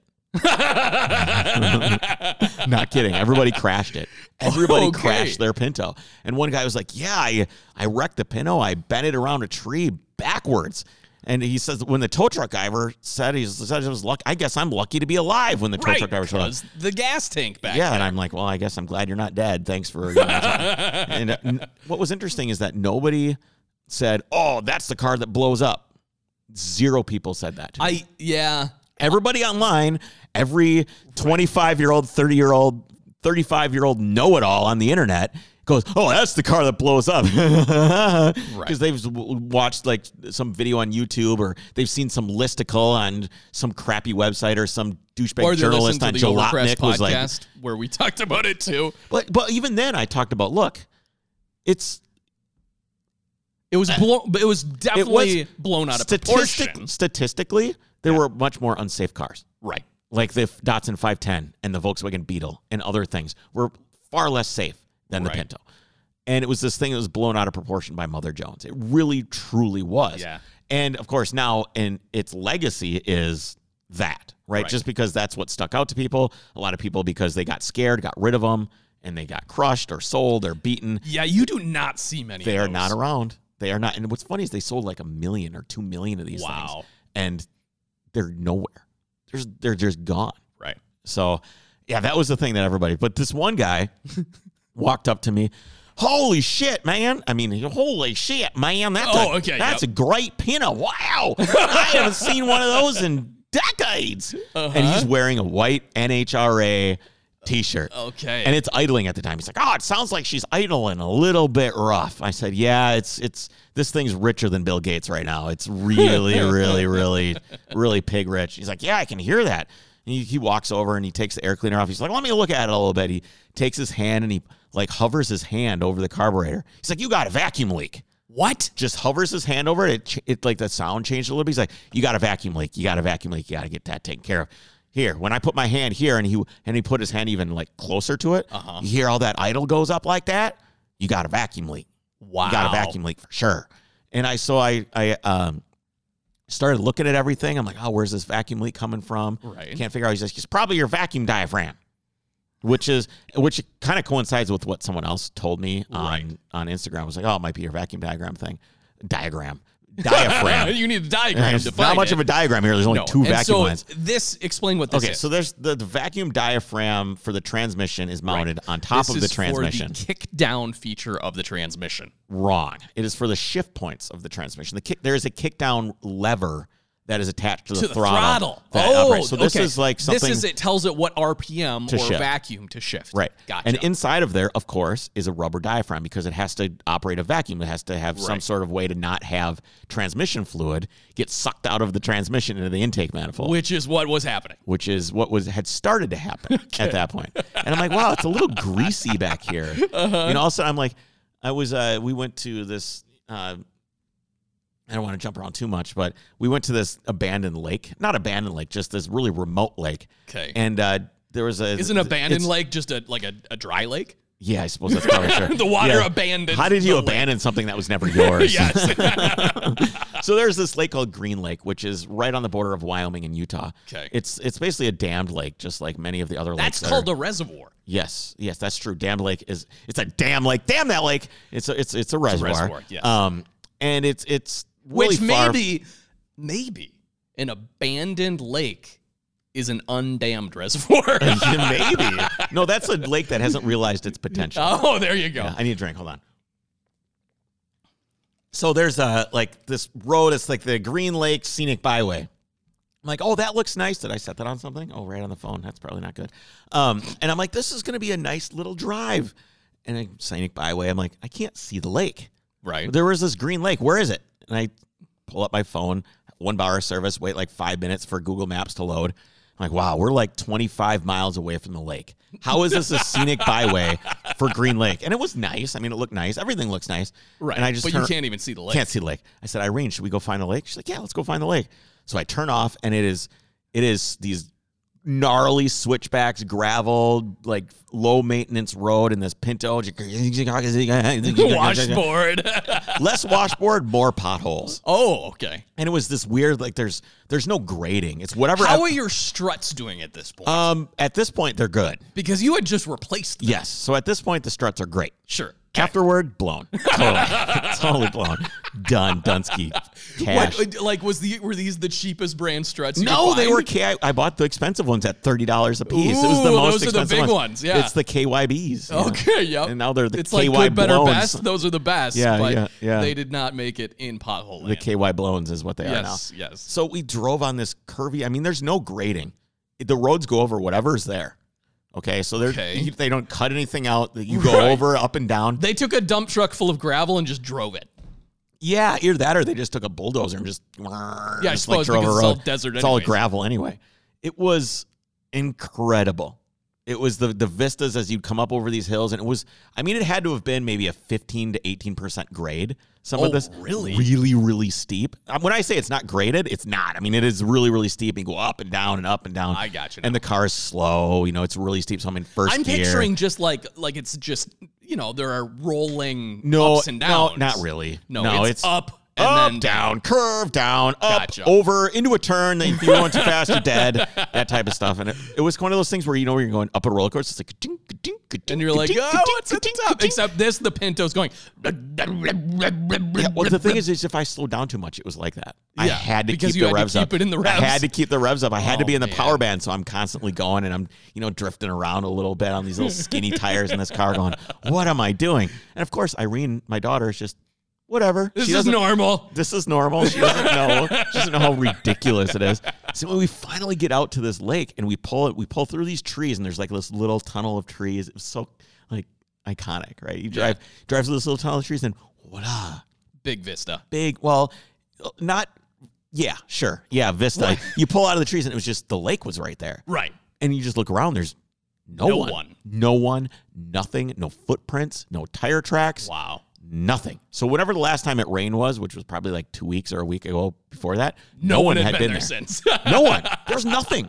[SPEAKER 1] Not kidding. Everybody crashed it. Everybody
[SPEAKER 2] Okay.
[SPEAKER 1] crashed their Pinto. And one guy was like, Yeah, I, I wrecked the Pinto. I bent it around a tree backwards. And he says, when the tow truck driver said he said it was luck, I guess I'm lucky to be alive when the tow
[SPEAKER 2] Right,
[SPEAKER 1] truck driver showed up.
[SPEAKER 2] 'cause the gas tank back.
[SPEAKER 1] Yeah, and I'm like, well, I guess I'm glad you're not dead. Thanks for. giving me time." and uh, n- what was interesting is that nobody said, "Oh, that's the car that blows up." Zero people said that. to me.
[SPEAKER 2] I yeah.
[SPEAKER 1] Everybody online, every 25 year old, 30 year old, 35 year old know it all on the internet goes, "Oh, that's the car that blows up," because they've w- watched like some video on YouTube or they've seen some listicle on some crappy website or some douchebag
[SPEAKER 2] Or they
[SPEAKER 1] journalist
[SPEAKER 2] listened to
[SPEAKER 1] on
[SPEAKER 2] the
[SPEAKER 1] Joe
[SPEAKER 2] Overcrest
[SPEAKER 1] Lopnik was like,
[SPEAKER 2] podcast where we talked about it too.
[SPEAKER 1] but but even then, I talked about look, it's
[SPEAKER 2] It was blown. It was definitely blown out of proportion.
[SPEAKER 1] statistic, statistically there were much more unsafe cars,
[SPEAKER 2] Right.
[SPEAKER 1] like the Datsun 510 and the Volkswagen Beetle and other things were far less safe than
[SPEAKER 2] Right.
[SPEAKER 1] the Pinto. And it was this thing that was blown out of proportion by Mother Jones. It really, truly was.
[SPEAKER 2] Yeah.
[SPEAKER 1] And of course, now and its legacy is that right?
[SPEAKER 2] Right.
[SPEAKER 1] Just because that's what stuck out to people. A lot of people because they got scared, got rid of them, and they got crushed or sold or beaten.
[SPEAKER 2] Yeah, you do not see many.
[SPEAKER 1] they
[SPEAKER 2] of
[SPEAKER 1] are
[SPEAKER 2] those.
[SPEAKER 1] not around. They are not. And what's funny is they sold like a million or two million of these
[SPEAKER 2] Wow.
[SPEAKER 1] things, and they're nowhere. There's they're just gone.
[SPEAKER 2] Right.
[SPEAKER 1] So, yeah, that was the thing that everybody. But this one guy walked up to me. Holy shit, man! I mean, holy shit, man! That's
[SPEAKER 2] Oh,
[SPEAKER 1] a,
[SPEAKER 2] okay,
[SPEAKER 1] That's
[SPEAKER 2] yep.
[SPEAKER 1] a great pinna. Wow, I haven't seen one of those in decades. And
[SPEAKER 2] Uh-huh.
[SPEAKER 1] he's wearing a white NHRA t-shirt.
[SPEAKER 2] Okay.
[SPEAKER 1] And it's idling at the time. He's like, "Oh, it sounds like she's idling a little bit rough." I said, "Yeah, it's it's this thing's richer than Bill Gates right now. It's really, really, really, really pig rich." He's like, "Yeah, I can hear that." And he, he walks over and he takes the air cleaner off. He's like, "Let me look at it a little bit." He takes his hand and he like hovers his hand over the carburetor. He's like, "You got a vacuum leak."
[SPEAKER 2] what?
[SPEAKER 1] Just hovers his hand over it. It, ch- it like the sound changed a little bit. He's like, "You got a vacuum leak. You got a vacuum leak. You got to get that taken care of." Here, when I put my hand here and he and he put his hand even like closer to it,
[SPEAKER 2] Uh-huh.
[SPEAKER 1] you hear all that idle goes up like that. You got a vacuum leak.
[SPEAKER 2] Wow.
[SPEAKER 1] You got a vacuum leak for sure. And I so I I um started looking at everything. I'm like, oh, where's this vacuum leak coming from?
[SPEAKER 2] Right.
[SPEAKER 1] Can't figure out. He's like, it's probably your vacuum diaphragm, which is which kind of coincides with what someone else told me on
[SPEAKER 2] Right.
[SPEAKER 1] on Instagram. I was like, oh, it might be your vacuum diagram thing, diagram, diaphragm.
[SPEAKER 2] you need a diagram
[SPEAKER 1] There's
[SPEAKER 2] to find
[SPEAKER 1] not much
[SPEAKER 2] it.
[SPEAKER 1] of a diagram here. There's only two
[SPEAKER 2] and
[SPEAKER 1] vacuum
[SPEAKER 2] so
[SPEAKER 1] lines.
[SPEAKER 2] This explain what this
[SPEAKER 1] Okay,
[SPEAKER 2] is.
[SPEAKER 1] so there's the, the vacuum diaphragm for the transmission is mounted on top
[SPEAKER 2] this
[SPEAKER 1] of
[SPEAKER 2] is
[SPEAKER 1] the transmission.
[SPEAKER 2] for the kick down feature of the transmission.
[SPEAKER 1] wrong. It is for the shift points of the transmission. The kick there is a kick down lever that is attached to the,
[SPEAKER 2] to the
[SPEAKER 1] throttle.
[SPEAKER 2] throttle.
[SPEAKER 1] that
[SPEAKER 2] oh,
[SPEAKER 1] operates. so this
[SPEAKER 2] okay.
[SPEAKER 1] is like something
[SPEAKER 2] This is it tells it what RPM or
[SPEAKER 1] shift.
[SPEAKER 2] vacuum to shift.
[SPEAKER 1] right.
[SPEAKER 2] Gotcha.
[SPEAKER 1] And inside of there, of course, is a rubber diaphragm because it has to operate a vacuum. It has to have some
[SPEAKER 2] Right.
[SPEAKER 1] sort of way to not have transmission fluid get sucked out of the transmission into the intake manifold.
[SPEAKER 2] which is what was happening.
[SPEAKER 1] which is what was had started to happen at that point. And I'm like, wow, it's a little greasy back here.
[SPEAKER 2] Uh-huh.
[SPEAKER 1] You know, also I'm like, I was uh we went to this uh I don't want to jump around too much, but we went to this abandoned lake. Not abandoned lake, just this really remote lake.
[SPEAKER 2] Okay.
[SPEAKER 1] And uh there was a
[SPEAKER 2] Isn't abandoned
[SPEAKER 1] it's-
[SPEAKER 2] lake just a like a, a dry lake?
[SPEAKER 1] Yeah, I suppose that's probably true.
[SPEAKER 2] The water
[SPEAKER 1] Yeah.
[SPEAKER 2] abandoned.
[SPEAKER 1] How did
[SPEAKER 2] the
[SPEAKER 1] you
[SPEAKER 2] lake.
[SPEAKER 1] abandon something that was never yours?
[SPEAKER 2] Yes.
[SPEAKER 1] so there's this lake called Green Lake, which is right on the border of Wyoming and Utah.
[SPEAKER 2] Okay.
[SPEAKER 1] It's it's basically a dammed lake, just like many of the other lakes.
[SPEAKER 2] That's
[SPEAKER 1] that are-
[SPEAKER 2] called a reservoir.
[SPEAKER 1] Yes, yes, that's true. Dam Lake is it's a dam lake. Damn that lake. It's a, it's it's a reservoir.
[SPEAKER 2] reservoir, yes.
[SPEAKER 1] Um, and it's it's really
[SPEAKER 2] Which
[SPEAKER 1] far-
[SPEAKER 2] maybe maybe an abandoned lake is an undammed reservoir.
[SPEAKER 1] Maybe. No, that's a lake that hasn't realized its potential.
[SPEAKER 2] oh, there you go.
[SPEAKER 1] Yeah, I need a drink. Hold on. So there's a like this road. It's like the Green Lake Scenic Byway. I'm like, oh, that looks nice. Did I set that on something? Oh, right on the phone. That's probably not good. Um, and I'm like, this is going to be a nice little drive. And I Scenic Byway. I'm like, I can't see the lake.
[SPEAKER 2] Right.
[SPEAKER 1] There was this Green Lake. Where is it? And I pull up my phone. One bar of service. Wait like five minutes for Google Maps to load. I'm like, wow, we're like 25 miles away from the lake. How is this a scenic byway for Green Lake? And it was nice. I mean, it looked nice. Everything looks nice.
[SPEAKER 2] Right.
[SPEAKER 1] And I just
[SPEAKER 2] but
[SPEAKER 1] turn-
[SPEAKER 2] you can't even see the lake.
[SPEAKER 1] can't see the lake. I said, Irene, should we go find the lake? She's like, yeah, let's go find the lake. So I turn off, and it is, it is these gnarly switchbacks, gravel, like low maintenance road, and this Pinto.
[SPEAKER 2] Washboard.
[SPEAKER 1] Less washboard, more potholes.
[SPEAKER 2] oh, okay.
[SPEAKER 1] And it was this weird, like there's there's no grading. It's whatever.
[SPEAKER 2] How are your struts doing at this point?
[SPEAKER 1] um, at this point, they're good.
[SPEAKER 2] because you had just replaced them.
[SPEAKER 1] Yes. So at this point, the struts are great.
[SPEAKER 2] Sure.
[SPEAKER 1] Afterward, blown. Totally, totally blown. Done. Dunsky. Cash.
[SPEAKER 2] What, uh, like, was the were these the cheapest brand struts? you
[SPEAKER 1] uh, No,
[SPEAKER 2] could
[SPEAKER 1] they
[SPEAKER 2] find?
[SPEAKER 1] were K. I I bought the expensive ones at thirty dollars a piece. it was the
[SPEAKER 2] Ooh,
[SPEAKER 1] most
[SPEAKER 2] those are the
[SPEAKER 1] expensive
[SPEAKER 2] big
[SPEAKER 1] ones.
[SPEAKER 2] ones, yeah.
[SPEAKER 1] it's the KYBs. you know.
[SPEAKER 2] Okay, yep.
[SPEAKER 1] And now they're the
[SPEAKER 2] it's
[SPEAKER 1] KY
[SPEAKER 2] like good, better,
[SPEAKER 1] blowns.
[SPEAKER 2] best. Those are the best.
[SPEAKER 1] Yeah,
[SPEAKER 2] but
[SPEAKER 1] yeah, yeah.
[SPEAKER 2] They did not make it in pothole
[SPEAKER 1] The
[SPEAKER 2] land.
[SPEAKER 1] KY blowns is what they are now.
[SPEAKER 2] yes, yes.
[SPEAKER 1] So we drove on this curvy. I mean, there's no grading. The roads go over whatever's there. Okay, so they're
[SPEAKER 2] Okay.
[SPEAKER 1] you- they don't cut anything out. that You go
[SPEAKER 2] Right.
[SPEAKER 1] over, up and down.
[SPEAKER 2] They took a dump truck full of gravel and just drove it.
[SPEAKER 1] Yeah, either that or they just took a bulldozer and just yeah,
[SPEAKER 2] I suppose, because it's all desert
[SPEAKER 1] It's all
[SPEAKER 2] anyways.
[SPEAKER 1] gravel anyway. It was incredible. It was the the vistas as you'd come up over these hills, and it was. I mean, it had to have been maybe a fifteen to eighteen percent grade. Some of
[SPEAKER 2] Oh,
[SPEAKER 1] this
[SPEAKER 2] really?
[SPEAKER 1] really, really steep. Um, When I say it's not graded, it's not. I mean, it is really, really steep. And you go up and down and up and down.
[SPEAKER 2] I got you
[SPEAKER 1] And the car is slow. You know, it's really steep. So I'm in 1st
[SPEAKER 2] I'm
[SPEAKER 1] gear.
[SPEAKER 2] picturing just like like it's just you know there are rolling
[SPEAKER 1] no,
[SPEAKER 2] ups and
[SPEAKER 1] no,
[SPEAKER 2] downs.
[SPEAKER 1] not really.
[SPEAKER 2] No,
[SPEAKER 1] no,
[SPEAKER 2] it's, up and
[SPEAKER 1] up,
[SPEAKER 2] then
[SPEAKER 1] down, curve, down, up,
[SPEAKER 2] Gotcha.
[SPEAKER 1] over, into a turn. Then if you went too fast, you're dead. That type of stuff. And it, it was one of those things where you know where you're going up a roller coaster. It's like ka-ting, ka-ting, ka-ting,
[SPEAKER 2] And you're like,
[SPEAKER 1] ka-ting,
[SPEAKER 2] oh,
[SPEAKER 1] ka-ting,
[SPEAKER 2] what's at the
[SPEAKER 1] ka-ting,
[SPEAKER 2] top?
[SPEAKER 1] ka-ting."
[SPEAKER 2] Except this, the Pinto's going.
[SPEAKER 1] Yeah, well, the thing is, is if I slowed down too much, it was like that. I
[SPEAKER 2] Yeah,
[SPEAKER 1] had to
[SPEAKER 2] because
[SPEAKER 1] keep
[SPEAKER 2] you
[SPEAKER 1] the
[SPEAKER 2] had to
[SPEAKER 1] revs
[SPEAKER 2] keep
[SPEAKER 1] up.
[SPEAKER 2] it in the
[SPEAKER 1] I had
[SPEAKER 2] revs.
[SPEAKER 1] to keep the revs up. I had to
[SPEAKER 2] Oh,
[SPEAKER 1] be in the
[SPEAKER 2] man.
[SPEAKER 1] power band, so I'm constantly going and I'm, you know, drifting around a little bit on these little skinny tires in this car, going, "What am I doing?" And of course, Irene, my daughter, is just whatever.
[SPEAKER 2] This
[SPEAKER 1] she
[SPEAKER 2] is
[SPEAKER 1] doesn't
[SPEAKER 2] normal.
[SPEAKER 1] this is normal. She doesn't know. She doesn't know how ridiculous it is. So when we finally get out to this lake and we pull it, we pull through these trees and there's like this little tunnel of trees. It was so like iconic, right? You drive drive through this little tunnel of trees and voila,
[SPEAKER 2] Big Vista.
[SPEAKER 1] big. Well, not. Yeah, sure. Yeah, Vista. You pull out of the trees and it was just the lake was right there
[SPEAKER 2] Right.
[SPEAKER 1] and you just look around. There's no,
[SPEAKER 2] No
[SPEAKER 1] one,
[SPEAKER 2] one.
[SPEAKER 1] no one, nothing, no footprints, no tire tracks
[SPEAKER 2] Wow.
[SPEAKER 1] nothing. So whenever the last time it rained was, which was probably like two weeks or a week ago before that,
[SPEAKER 2] No, one, had been, there, since.
[SPEAKER 1] no one. There's nothing.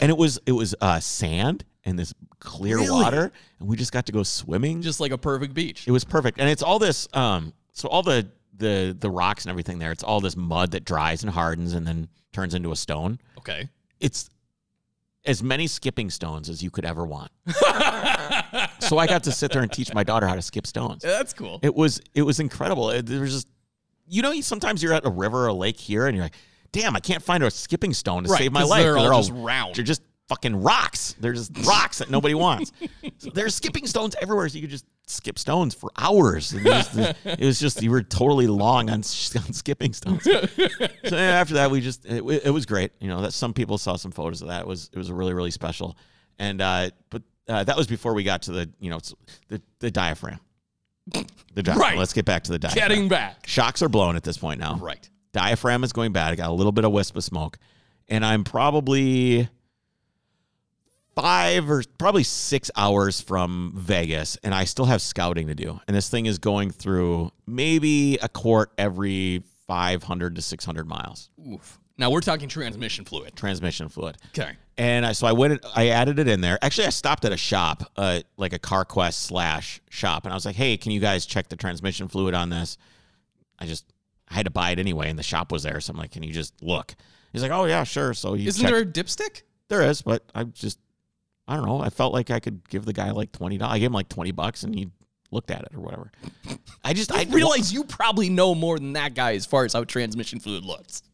[SPEAKER 1] And it was it was uh, sand and this clear
[SPEAKER 2] Really?
[SPEAKER 1] water, and we just got to go swimming.
[SPEAKER 2] Just like a perfect beach.
[SPEAKER 1] it was perfect. And it's all this. Um, so all the the the rocks and everything there. It's all this mud that dries and hardens and then turns into a stone.
[SPEAKER 2] Okay.
[SPEAKER 1] It's as many skipping stones as you could ever want. so I got to sit there and teach my daughter how to skip stones.
[SPEAKER 2] That's cool.
[SPEAKER 1] It was it was incredible. It, there was just you know you- sometimes you're at a river or a lake here and you're like, damn, I can't find a skipping stone to
[SPEAKER 2] Right,
[SPEAKER 1] save my
[SPEAKER 2] 'cause
[SPEAKER 1] life.
[SPEAKER 2] they're all just round.
[SPEAKER 1] They're just fucking rocks. They're just rocks that nobody wants. So there's skipping stones everywhere, so you could just skip stones for hours. And it, was just, it was just you were totally long on, s- on skipping stones. so yeah, after that, we just it, wa- it was great. You know that some people saw some photos of that. It was it was really really special. And uh, but uh, that was before we got to the you know s- the the diaphragm. The diaphragm.
[SPEAKER 2] Right.
[SPEAKER 1] Let's get back to the diaphragm.
[SPEAKER 2] Getting back.
[SPEAKER 1] Shocks are blown at this point now.
[SPEAKER 2] Right.
[SPEAKER 1] Diaphragm is going bad. I got a little bit of wisp of smoke. And I'm probably five or probably six hours from Vegas, and I still have scouting to do. And this thing is going through maybe a quart every 500 to 600 miles
[SPEAKER 2] Oof. Now we're talking transmission fluid.
[SPEAKER 1] transmission fluid.
[SPEAKER 2] Okay.
[SPEAKER 1] And I, so I went, I added it in there. Actually, I stopped at a shop, uh, like a CarQuest slash shop, and I was like, "Hey, can you guys check the transmission fluid on this?" I just, I had to buy it anyway, and the shop was there, so I'm like, "Can you just look?" He's like, "Oh yeah, sure." So you
[SPEAKER 2] Isn't
[SPEAKER 1] check-
[SPEAKER 2] there a dipstick?
[SPEAKER 1] There is, but I just, I don't know. I felt like I could give the guy like twenty dollars. I gave him like twenty bucks, and he looked at it or whatever. I just, I
[SPEAKER 2] I realize you probably know more than that guy as far as how transmission fluid looks.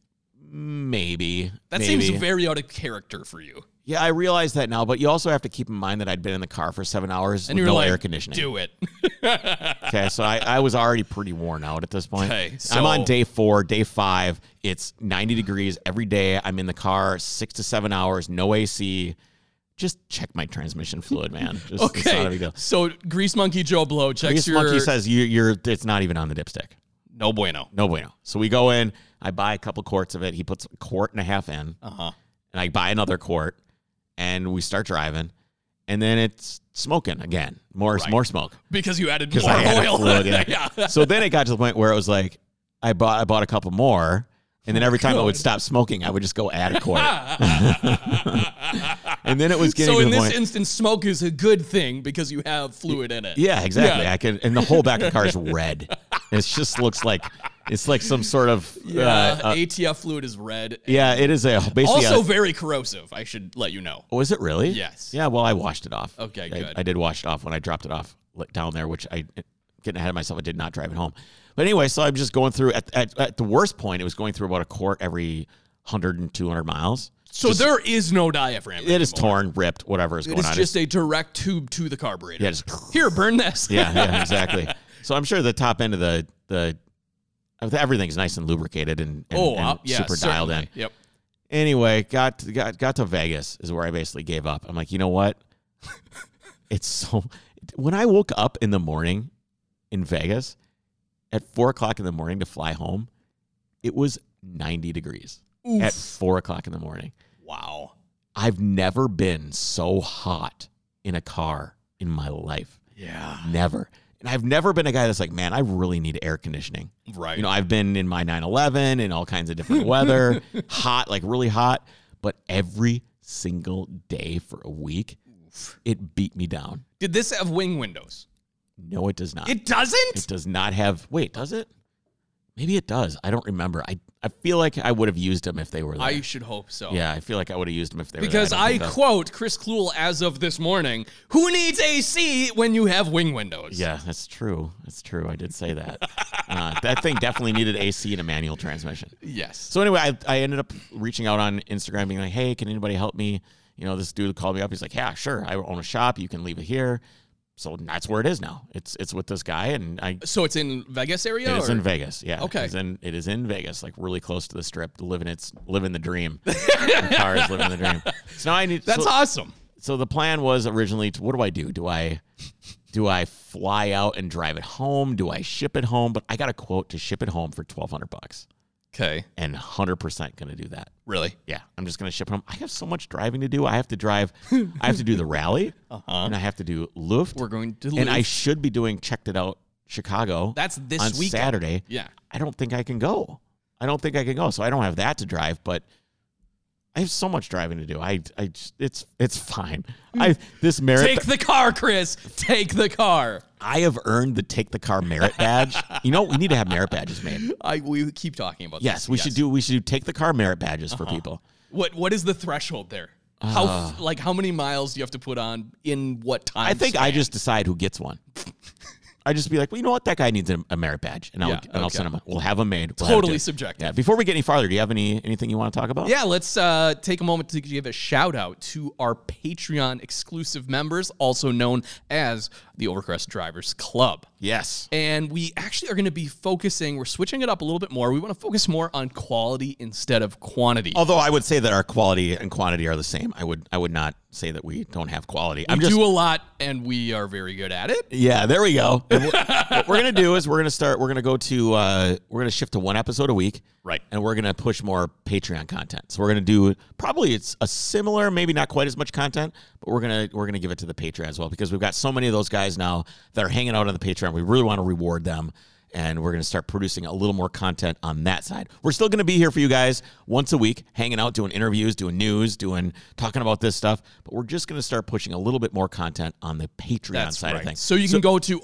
[SPEAKER 1] Maybe.
[SPEAKER 2] That
[SPEAKER 1] maybe.
[SPEAKER 2] seems very out of character for you.
[SPEAKER 1] Yeah, I realize that now, but you also have to keep in mind that I'd been in the car for seven hours
[SPEAKER 2] And
[SPEAKER 1] with
[SPEAKER 2] you're
[SPEAKER 1] no
[SPEAKER 2] like,
[SPEAKER 1] air conditioning.
[SPEAKER 2] do it.
[SPEAKER 1] Okay, so I, I was already pretty worn out at this point.
[SPEAKER 2] Okay,
[SPEAKER 1] I'm on
[SPEAKER 2] so-
[SPEAKER 1] day four, day five. It's 90 degrees every day. I'm in the car six to seven hours, no AC. Just check my transmission fluid, man. Just, It's not a big
[SPEAKER 2] okay.
[SPEAKER 1] deal.
[SPEAKER 2] So Grease Monkey Joe Blow checks
[SPEAKER 1] Grease
[SPEAKER 2] your
[SPEAKER 1] Monkey says you, you're. It's not even on the dipstick.
[SPEAKER 2] no bueno.
[SPEAKER 1] No bueno. So we go in. I buy a couple quarts of it. He puts a quart and a half in,
[SPEAKER 2] Uh huh.
[SPEAKER 1] and I buy another quart, and we start driving, and then it's smoking again. More more smoke.
[SPEAKER 2] Because you added
[SPEAKER 1] because
[SPEAKER 2] more
[SPEAKER 1] I had
[SPEAKER 2] oil.
[SPEAKER 1] a fluid. Yeah.
[SPEAKER 2] yeah.
[SPEAKER 1] So then it got to the point where it was like, I bought I bought a couple more, and then every time I would stop smoking, I would just go add a quart. and then it was getting
[SPEAKER 2] So
[SPEAKER 1] to
[SPEAKER 2] in
[SPEAKER 1] the
[SPEAKER 2] this
[SPEAKER 1] point.
[SPEAKER 2] instance, smoke is a good thing because you have fluid in it. Uh,
[SPEAKER 1] yeah, exactly.
[SPEAKER 2] Yeah.
[SPEAKER 1] I could, and the whole back of the car is red. It just looks like it's like some sort of yeah.
[SPEAKER 2] Uh, ATF fluid is red.
[SPEAKER 1] yeah it is a basically
[SPEAKER 2] also
[SPEAKER 1] a,
[SPEAKER 2] very corrosive. I should let you know.
[SPEAKER 1] was Oh, it really?
[SPEAKER 2] Yes.
[SPEAKER 1] Yeah. Well, I washed it off.
[SPEAKER 2] Okay,
[SPEAKER 1] I,
[SPEAKER 2] good.
[SPEAKER 1] I did wash it off when I dropped it off li- down there, which I getting ahead of myself. I did not drive it home. But anyway, so I'm just going through at, at, at the worst point, it was going through about a quart every 100 and 200 miles.
[SPEAKER 2] So there is no diaphragm.
[SPEAKER 1] It is
[SPEAKER 2] anymore.
[SPEAKER 1] torn, ripped, whatever is
[SPEAKER 2] It
[SPEAKER 1] going
[SPEAKER 2] is
[SPEAKER 1] on.
[SPEAKER 2] just a direct tube to the carburetor.
[SPEAKER 1] yeah, just,
[SPEAKER 2] Here, burn this.
[SPEAKER 1] yeah, yeah, exactly. So I'm sure the top end of the the of the- everything's nice and lubricated and, and,
[SPEAKER 2] oh,
[SPEAKER 1] and
[SPEAKER 2] uh, yeah,
[SPEAKER 1] super dialed in.
[SPEAKER 2] certainly. Yep.
[SPEAKER 1] anyway, got to, got got to Vegas is where I basically gave up. I'm like, you know what? it's so. When I woke up in the morning in Vegas at four o'clock in the morning to fly home, it was 90 degrees at four o'clock in the morning.
[SPEAKER 2] Wow.
[SPEAKER 1] I've never been so hot in a car in my life.
[SPEAKER 2] Yeah.
[SPEAKER 1] Never. And I've never been a guy that's like, man, I really need air conditioning.
[SPEAKER 2] Right.
[SPEAKER 1] You know, I've been in my 911 and all kinds of different weather, hot, like really hot, but every single day for a week, it beat me down.
[SPEAKER 2] Did this have wing windows?
[SPEAKER 1] No, it does not.
[SPEAKER 2] It doesn't.
[SPEAKER 1] It does not have. Wait, does it? Maybe it does. I don't remember. I, I feel like I would have used them if they were there.
[SPEAKER 2] I should hope so.
[SPEAKER 1] yeah, I feel like I would have used them if they
[SPEAKER 2] Because
[SPEAKER 1] were there.
[SPEAKER 2] I,
[SPEAKER 1] don't think
[SPEAKER 2] quote Chris Cluel as of this morning, who needs AC when you have wing
[SPEAKER 1] that-
[SPEAKER 2] windows?
[SPEAKER 1] Yeah, that's true. That's true. I did say that. uh, that thing definitely needed AC and a manual transmission.
[SPEAKER 2] Yes.
[SPEAKER 1] So anyway, I, I ended up reaching out on Instagram, being like, "Hey, can anybody help me?" You know, this dude called me up. He's like, "Yeah, sure. I own a shop. You can leave it here." So that's where it is now. It's it's with this guy, and I
[SPEAKER 2] So it's in Vegas area?
[SPEAKER 1] it is
[SPEAKER 2] or-
[SPEAKER 1] in Vegas. Yeah,
[SPEAKER 2] Okay.
[SPEAKER 1] It's in it is in Vegas, like really close to the strip, living its living the dream. The car is living the dream. So now I need.
[SPEAKER 2] That's
[SPEAKER 1] so,
[SPEAKER 2] awesome.
[SPEAKER 1] so the plan was originally, to, what do I do? Do I do I fly out and drive it home? Do I ship it home? But I got a quote to ship it home for twelve hundred bucks,
[SPEAKER 2] Okay.
[SPEAKER 1] and hundred percent going to do that.
[SPEAKER 2] Really?
[SPEAKER 1] Yeah, I'm just gonna ship home. I have so much driving to do. I have to drive. I have to do the rally, and I have to do Luft.
[SPEAKER 2] Uh-huh. We're going to
[SPEAKER 1] and I
[SPEAKER 2] leave.
[SPEAKER 1] should be doing checked it out Chicago.
[SPEAKER 2] That's this
[SPEAKER 1] on
[SPEAKER 2] weekend.
[SPEAKER 1] Saturday.
[SPEAKER 2] Yeah.
[SPEAKER 1] I don't think I can go. I don't think I can go. So I don't have that to drive, but I have so much driving to do. I, I, just- it's, it's fine. I this merit.
[SPEAKER 2] Take the car, Chris. Take the car.
[SPEAKER 1] I have earned the take the car merit badge. you know, we need to have merit badges made.
[SPEAKER 2] I we keep talking about
[SPEAKER 1] Yes,
[SPEAKER 2] this.
[SPEAKER 1] we should do. We should do take the car merit badges
[SPEAKER 2] Uh-huh.
[SPEAKER 1] for people.
[SPEAKER 2] What what is the threshold there? How f- like how many miles do you have to put on in what time?
[SPEAKER 1] Uh. I think I just decide who gets one. I just be like, well, you know what? That guy needs a, a merit badge, and I'll
[SPEAKER 2] Yeah,
[SPEAKER 1] and I'll
[SPEAKER 2] okay.
[SPEAKER 1] send him. A, we'll have him made. We'll have
[SPEAKER 2] Totally
[SPEAKER 1] it.
[SPEAKER 2] subjective.
[SPEAKER 1] Yeah. Before we get any farther, do you have any anything you want to talk about?
[SPEAKER 2] Yeah, let's uh, take a moment to give a shout out to our Patreon exclusive members, also known as the Overcrest Drivers Club.
[SPEAKER 1] Yes.
[SPEAKER 2] And we actually are going to be focusing, we're switching it up a little bit more. We want to focus more on quality instead of quantity.
[SPEAKER 1] Although I would say that our quality and quantity are the same. I would I would not say that we don't have quality. I'm
[SPEAKER 2] we
[SPEAKER 1] just
[SPEAKER 2] do a lot and we are very good at it.
[SPEAKER 1] yeah. There we go. And we're- what we're gonna do is we're gonna start. We're gonna go to uh, we're gonna shift to one episode a week.
[SPEAKER 2] Right.
[SPEAKER 1] And we're gonna push more Patreon content. So we're gonna do probably it's a similar, maybe not quite as much content, but we're gonna we're gonna give it to the Patreon as well because we've got so many of those guys now that are hanging out on the Patreon. We really want to reward them. And we're going to start producing a little more content on that side. We're still going to be here for you guys once a week, hanging out, doing interviews, doing news, doing talking about this stuff. But we're just going to start pushing a little bit more content on the Patreon side of things.
[SPEAKER 2] So you can go to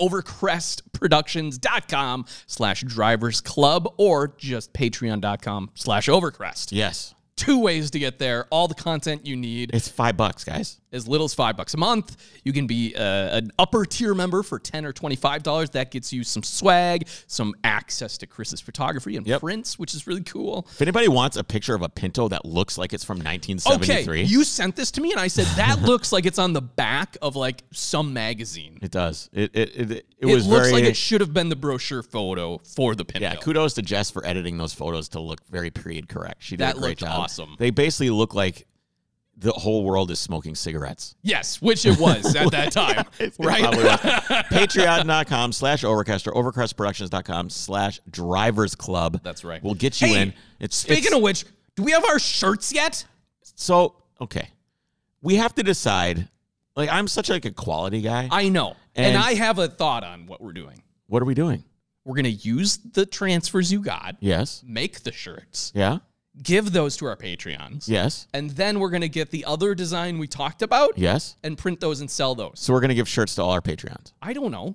[SPEAKER 2] overcrestproductions.com slash drivers club or just patreon.com slash overcrest.
[SPEAKER 1] Yes.
[SPEAKER 2] Two ways to get there, all the content you need.
[SPEAKER 1] It's five bucks, guys.
[SPEAKER 2] As little as five bucks a month. You can be uh, an upper tier member for ten or twenty five dollars. That gets you some swag, some access to Chris's photography and
[SPEAKER 1] Yep.
[SPEAKER 2] prints, which is really cool.
[SPEAKER 1] If anybody wants a picture of a Pinto that looks like it's from 1973,
[SPEAKER 2] Okay, you sent this to me, and I said that looks like it's on the back of like some magazine.
[SPEAKER 1] it does. It it it, it,
[SPEAKER 2] It
[SPEAKER 1] was
[SPEAKER 2] looks
[SPEAKER 1] very
[SPEAKER 2] like it should have been the brochure photo for the Pinto.
[SPEAKER 1] yeah. Kudos to Jess for editing those photos to look very period correct. She did
[SPEAKER 2] That
[SPEAKER 1] a great
[SPEAKER 2] looked
[SPEAKER 1] job.
[SPEAKER 2] awesome.
[SPEAKER 1] They basically look like the whole world is smoking cigarettes.
[SPEAKER 2] Yes, which it was at that time,
[SPEAKER 1] Probably
[SPEAKER 2] right?
[SPEAKER 1] was. Patreon.com slash Overcast or overcrestproductions.com slash Drivers Club.
[SPEAKER 2] That's right.
[SPEAKER 1] We'll get you
[SPEAKER 2] Hey,
[SPEAKER 1] in. It's
[SPEAKER 2] Speaking of which, do we have our shirts yet?
[SPEAKER 1] so okay. We have to decide. Like I'm such like a quality guy.
[SPEAKER 2] I know, and,
[SPEAKER 1] And-
[SPEAKER 2] I have a thought on what we're doing.
[SPEAKER 1] what are we doing?
[SPEAKER 2] We're gonna use the transfers you got,
[SPEAKER 1] Yes.
[SPEAKER 2] make the shirts,
[SPEAKER 1] Yeah.
[SPEAKER 2] give those to our Patreons,
[SPEAKER 1] Yes.
[SPEAKER 2] and then we're gonna get the other design we talked about
[SPEAKER 1] Yes.
[SPEAKER 2] and print those and sell those.
[SPEAKER 1] So we're gonna give shirts to all our Patreons.
[SPEAKER 2] I don't know.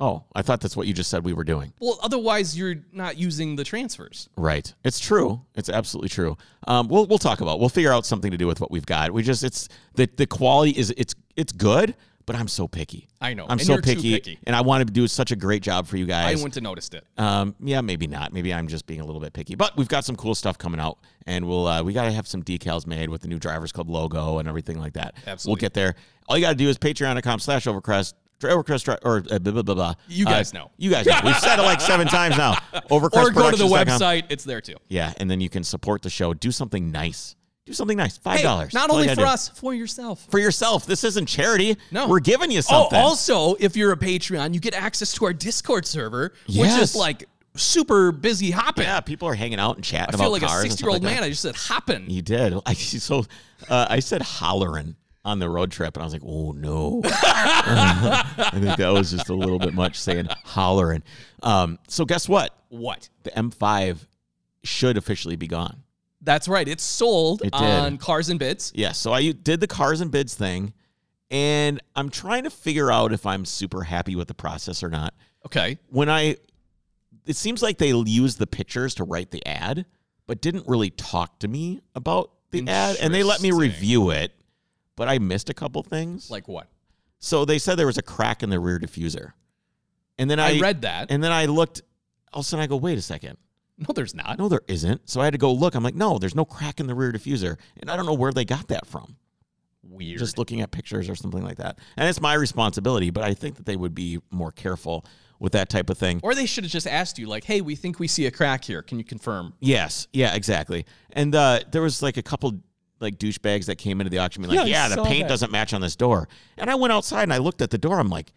[SPEAKER 1] Oh, I thought that's what you just said we were doing.
[SPEAKER 2] Well, otherwise you're not using the transfers.
[SPEAKER 1] Right. It's true. It's absolutely true. Um, we'll we'll talk about. We'll figure out something to do with what we've got. We just it's the the quality is it's it's good, but I'm so picky.
[SPEAKER 2] I know.
[SPEAKER 1] I'm
[SPEAKER 2] And
[SPEAKER 1] so
[SPEAKER 2] you're too
[SPEAKER 1] picky,
[SPEAKER 2] picky.
[SPEAKER 1] and I want to do such a great job for you
[SPEAKER 2] I
[SPEAKER 1] guys.
[SPEAKER 2] wouldn't have noticed it.
[SPEAKER 1] um, yeah, maybe not. Maybe I'm just being a little bit picky. But we've got some cool stuff coming out, and we'll uh, we got to have some decals made with the new Drivers Club logo and everything like that.
[SPEAKER 2] Absolutely.
[SPEAKER 1] We'll get there. All you got to do is Patreon.com/slash Overcrest. Overcrest Dri- or uh, blah blah blah. blah.
[SPEAKER 2] You
[SPEAKER 1] Uh,
[SPEAKER 2] guys know.
[SPEAKER 1] You guys know. We've said it like seven times now. Overcrest
[SPEAKER 2] Or go to the
[SPEAKER 1] Productions.com.
[SPEAKER 2] website; it's there too.
[SPEAKER 1] Yeah, and then you can support the show. Do something nice. Do something nice. Five
[SPEAKER 2] Hey,
[SPEAKER 1] dollars.
[SPEAKER 2] not
[SPEAKER 1] That's all
[SPEAKER 2] only
[SPEAKER 1] you gotta
[SPEAKER 2] for
[SPEAKER 1] do.
[SPEAKER 2] us, for yourself.
[SPEAKER 1] for yourself. This isn't charity.
[SPEAKER 2] No.
[SPEAKER 1] we're giving you
[SPEAKER 2] Oh,
[SPEAKER 1] something.
[SPEAKER 2] also, if you're a Patreon, you get access to our Discord server, which
[SPEAKER 1] Yes.
[SPEAKER 2] is like super busy hopping.
[SPEAKER 1] yeah, people are hanging out and chatting
[SPEAKER 2] I
[SPEAKER 1] about
[SPEAKER 2] feel like a
[SPEAKER 1] cars.
[SPEAKER 2] 60 year old man.
[SPEAKER 1] That.
[SPEAKER 2] I just said hopping.
[SPEAKER 1] You did. I so uh, I said hollering on the road trip, and I was like, oh no. I think that was just a little bit much saying hollering. Um, so guess what?
[SPEAKER 2] What?
[SPEAKER 1] The M5 should officially be gone.
[SPEAKER 2] That's right. It's sold
[SPEAKER 1] It did.
[SPEAKER 2] on Cars and Bits.
[SPEAKER 1] Yeah, so I did the cars and bids thing, and I'm trying to figure out if I'm super happy with the process or not.
[SPEAKER 2] Okay.
[SPEAKER 1] When I, it seems like they used the pictures to write the ad, but didn't really talk to me about the ad, and they let me
[SPEAKER 2] Interesting.
[SPEAKER 1] review it, but I missed a couple things.
[SPEAKER 2] Like what?
[SPEAKER 1] so they said there was a crack in the rear diffuser, and then I,
[SPEAKER 2] I, read that.
[SPEAKER 1] and then I looked. All of a sudden, I go, wait a second.
[SPEAKER 2] no, there's not.
[SPEAKER 1] No, there isn't. So I had to go look. I'm like, no, there's no crack in the rear diffuser, and I don't know where they got that from
[SPEAKER 2] Weird.
[SPEAKER 1] just looking at pictures or something like that. And it's my responsibility, but I think that they would be more careful with that type of thing.
[SPEAKER 2] or they should have just asked you, like, hey, we think we see a crack here. Can you confirm?
[SPEAKER 1] Yes, yeah, exactly. And uh, there was like a couple like douchebags that came into the auction, being like,
[SPEAKER 2] Yeah, I
[SPEAKER 1] "Yeah, the
[SPEAKER 2] saw
[SPEAKER 1] paint
[SPEAKER 2] that."
[SPEAKER 1] doesn't match on this door." And I went outside and I looked at the door. I'm like,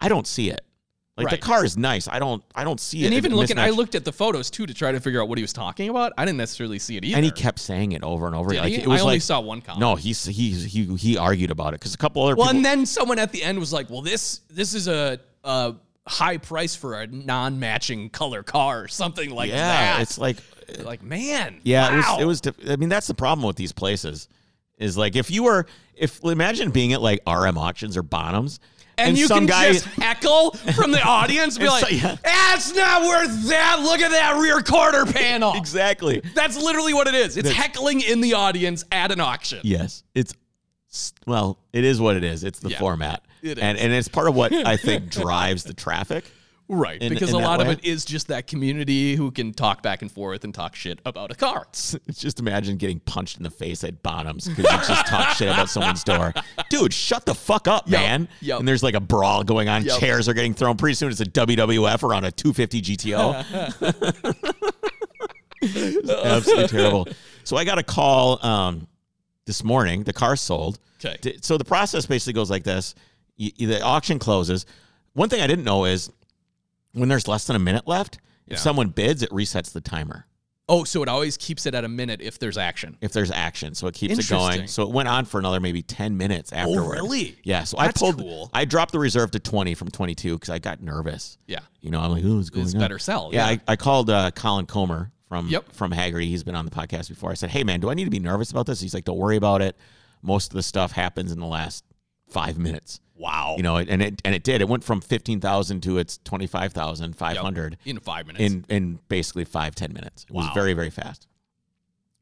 [SPEAKER 1] I don't see it. Like
[SPEAKER 2] Right.
[SPEAKER 1] the car is nice. I don't. I don't see
[SPEAKER 2] and
[SPEAKER 1] it.
[SPEAKER 2] even
[SPEAKER 1] It
[SPEAKER 2] looking, I
[SPEAKER 1] mismatched.
[SPEAKER 2] looked at the photos too to try to figure out what he was talking about. I didn't necessarily see it either.
[SPEAKER 1] And he kept saying it over and over.
[SPEAKER 2] Did
[SPEAKER 1] again. Like
[SPEAKER 2] he?
[SPEAKER 1] it was
[SPEAKER 2] I only
[SPEAKER 1] like
[SPEAKER 2] saw one comment.
[SPEAKER 1] no. He he he he argued about it because a couple other
[SPEAKER 2] Well,
[SPEAKER 1] people.
[SPEAKER 2] and then someone at the end was like, "Well, this this is a, a high price for a non-matching color car, or something like
[SPEAKER 1] yeah,
[SPEAKER 2] that."
[SPEAKER 1] it's like
[SPEAKER 2] like, man,
[SPEAKER 1] Yeah, it
[SPEAKER 2] wow.
[SPEAKER 1] was. It was. diff- I mean, that's the problem with these places is like if you were if imagine being at like RM auctions or Bonhams,
[SPEAKER 2] and, you
[SPEAKER 1] some
[SPEAKER 2] can
[SPEAKER 1] guy
[SPEAKER 2] just heckle from the audience, and be
[SPEAKER 1] And
[SPEAKER 2] like,
[SPEAKER 1] so- yeah.
[SPEAKER 2] "That's not worth that. Look at that rear quarter panel."
[SPEAKER 1] exactly.
[SPEAKER 2] That's literally what it is. It's heckling in the audience at an auction.
[SPEAKER 1] Yes, it's s- well, it is what it is. It's the
[SPEAKER 2] Yeah,
[SPEAKER 1] format,
[SPEAKER 2] it
[SPEAKER 1] and and it's part of what I think drives the traffic.
[SPEAKER 2] Right,
[SPEAKER 1] In-
[SPEAKER 2] because
[SPEAKER 1] in
[SPEAKER 2] a
[SPEAKER 1] that
[SPEAKER 2] lot of
[SPEAKER 1] way.
[SPEAKER 2] it is just that community who can talk back and forth and talk shit about a car.
[SPEAKER 1] It's just imagine getting punched in the face at Bonhams because you just talk shit about someone's door. Dude, shut the fuck up, man.
[SPEAKER 2] yep.
[SPEAKER 1] And there's like a brawl going on.
[SPEAKER 2] Yep.
[SPEAKER 1] Chairs are getting thrown. Pretty soon it's a WWF around a 250 GTO. It's absolutely terrible. So I got a call um, this morning. The car sold.
[SPEAKER 2] 'Kay.
[SPEAKER 1] D- So the process basically goes like this You- you- the auction closes. One thing I didn't know is when there's less than a minute left, if
[SPEAKER 2] Yeah.
[SPEAKER 1] someone bids, it resets the timer.
[SPEAKER 2] Oh, so it always keeps it at a minute if there's action.
[SPEAKER 1] if there's action. So it keeps it
[SPEAKER 2] Interesting. Oh,
[SPEAKER 1] going. So it went on for another maybe 10 minutes afterward.
[SPEAKER 2] really?
[SPEAKER 1] Yeah. So I
[SPEAKER 2] That's
[SPEAKER 1] pulled,
[SPEAKER 2] cool.
[SPEAKER 1] I dropped the reserve to 20 from 22 because I got nervous.
[SPEAKER 2] Yeah.
[SPEAKER 1] You know, I'm like, ooh, what's going
[SPEAKER 2] It's
[SPEAKER 1] on?
[SPEAKER 2] better sell.
[SPEAKER 1] Oh Yeah. I, I called uh, Colin Comer from,
[SPEAKER 2] Yep.
[SPEAKER 1] from Haggerty. He's been on the podcast before. I said, hey, man, do I need to be nervous about this? He's like, don't worry about it. Most of the stuff happens in the last five minutes.
[SPEAKER 2] Wow.
[SPEAKER 1] You know, and it and it did. It went from fifteen thousand to its twenty five thousand five hundred
[SPEAKER 2] in five minutes.
[SPEAKER 1] in in basically five ten minutes. It was
[SPEAKER 2] Wow.
[SPEAKER 1] very very fast,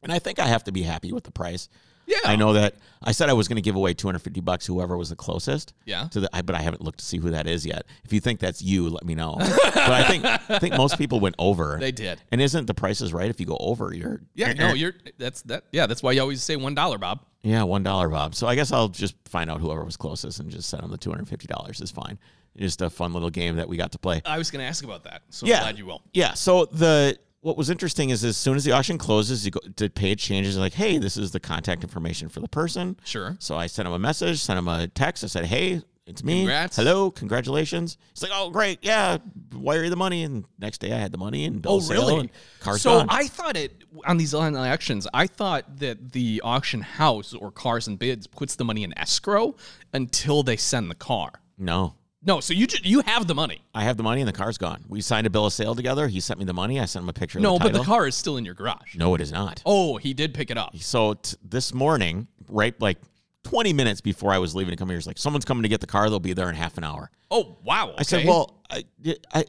[SPEAKER 1] and I think I have to be happy with the price.
[SPEAKER 2] Yeah.
[SPEAKER 1] I know that I said I was going to give away 250 bucks whoever was the closest.
[SPEAKER 2] Yeah.
[SPEAKER 1] To the, I, but I haven't looked to see who that is yet. If you think that's you, let me know. but I think I think most people went over.
[SPEAKER 2] They did.
[SPEAKER 1] And isn't the price is right if you go over? You're
[SPEAKER 2] Yeah, no, you're that's that. Yeah, that's why you always say one dollar, Bob.
[SPEAKER 1] Yeah, one dollar, Bob. So I guess I'll just find out whoever was closest and just send them the two hundred fifty dollars. Is fine. Just a fun little game that we got to play.
[SPEAKER 2] I was going to ask about that, so
[SPEAKER 1] yeah,
[SPEAKER 2] I'm glad you will.
[SPEAKER 1] Yeah. So the what was interesting is as soon as the auction closes, you go the page changes like, hey, this is the contact information for the person.
[SPEAKER 2] Sure.
[SPEAKER 1] So I sent him a message, sent him a text. I said, hey, it's me.
[SPEAKER 2] Congrats.
[SPEAKER 1] Hello, congratulations. He's like, oh, great, yeah, wire you the money. And next day I had the money and bill
[SPEAKER 2] Oh,
[SPEAKER 1] sale
[SPEAKER 2] really?
[SPEAKER 1] And car's
[SPEAKER 2] so
[SPEAKER 1] gone.
[SPEAKER 2] I thought it on these online auctions. I thought that the auction house or cars and bids puts the money in escrow until they send the car.
[SPEAKER 1] no.
[SPEAKER 2] No, so you ju- you have the money.
[SPEAKER 1] I have the money and the car's gone. We signed a bill of sale together. He sent me the money. I sent him a picture
[SPEAKER 2] No,
[SPEAKER 1] of the
[SPEAKER 2] but
[SPEAKER 1] title.
[SPEAKER 2] the car is still in your garage.
[SPEAKER 1] No, it is not.
[SPEAKER 2] Oh, he did pick it up.
[SPEAKER 1] So t- this morning, right, like 20 minutes before I was leaving to come here, he's like, someone's coming to get the car. They'll be there in half an hour.
[SPEAKER 2] Oh, wow.
[SPEAKER 1] I said, well, I, I,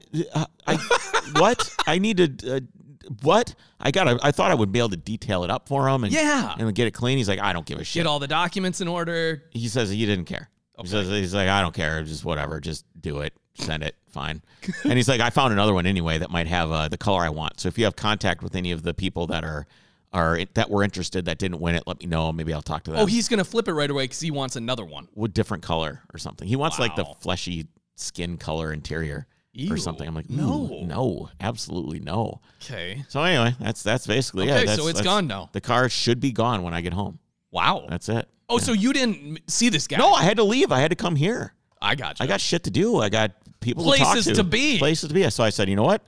[SPEAKER 1] I, I- what? I need to, uh, what? I got, I thought I would be able to detail it up for him and,
[SPEAKER 2] Yeah.
[SPEAKER 1] and get it clean. He's like, I don't give a shit.
[SPEAKER 2] get all the documents in order.
[SPEAKER 1] he says he didn't care. He says, he's like, I don't care. Just whatever. Just do it. Send it. Fine. and he's like, I found another one anyway that might have uh, the color I want. So if you have contact with any of the people that are, are that were interested that didn't win it, let me know. Maybe I'll talk to them.
[SPEAKER 2] Oh, he's going to flip it right away because he wants another one.
[SPEAKER 1] with different color or something. He wants like the
[SPEAKER 2] Wow.
[SPEAKER 1] fleshy skin color interior
[SPEAKER 2] Ew.
[SPEAKER 1] or something. I'm like,
[SPEAKER 2] No.
[SPEAKER 1] no, no, absolutely no.
[SPEAKER 2] Okay.
[SPEAKER 1] So anyway, that's that's basically it.
[SPEAKER 2] Okay,
[SPEAKER 1] That's-
[SPEAKER 2] so it's
[SPEAKER 1] that's-
[SPEAKER 2] gone now.
[SPEAKER 1] The car should be gone when I get home.
[SPEAKER 2] Wow.
[SPEAKER 1] That's it.
[SPEAKER 2] Oh, so you didn't m- see this guy?
[SPEAKER 1] No, I had to leave. I had to come here.
[SPEAKER 2] I got you.
[SPEAKER 1] I got shit to do. I got people
[SPEAKER 2] Places
[SPEAKER 1] to, talk
[SPEAKER 2] to be.
[SPEAKER 1] Places to be. So I said, you know what?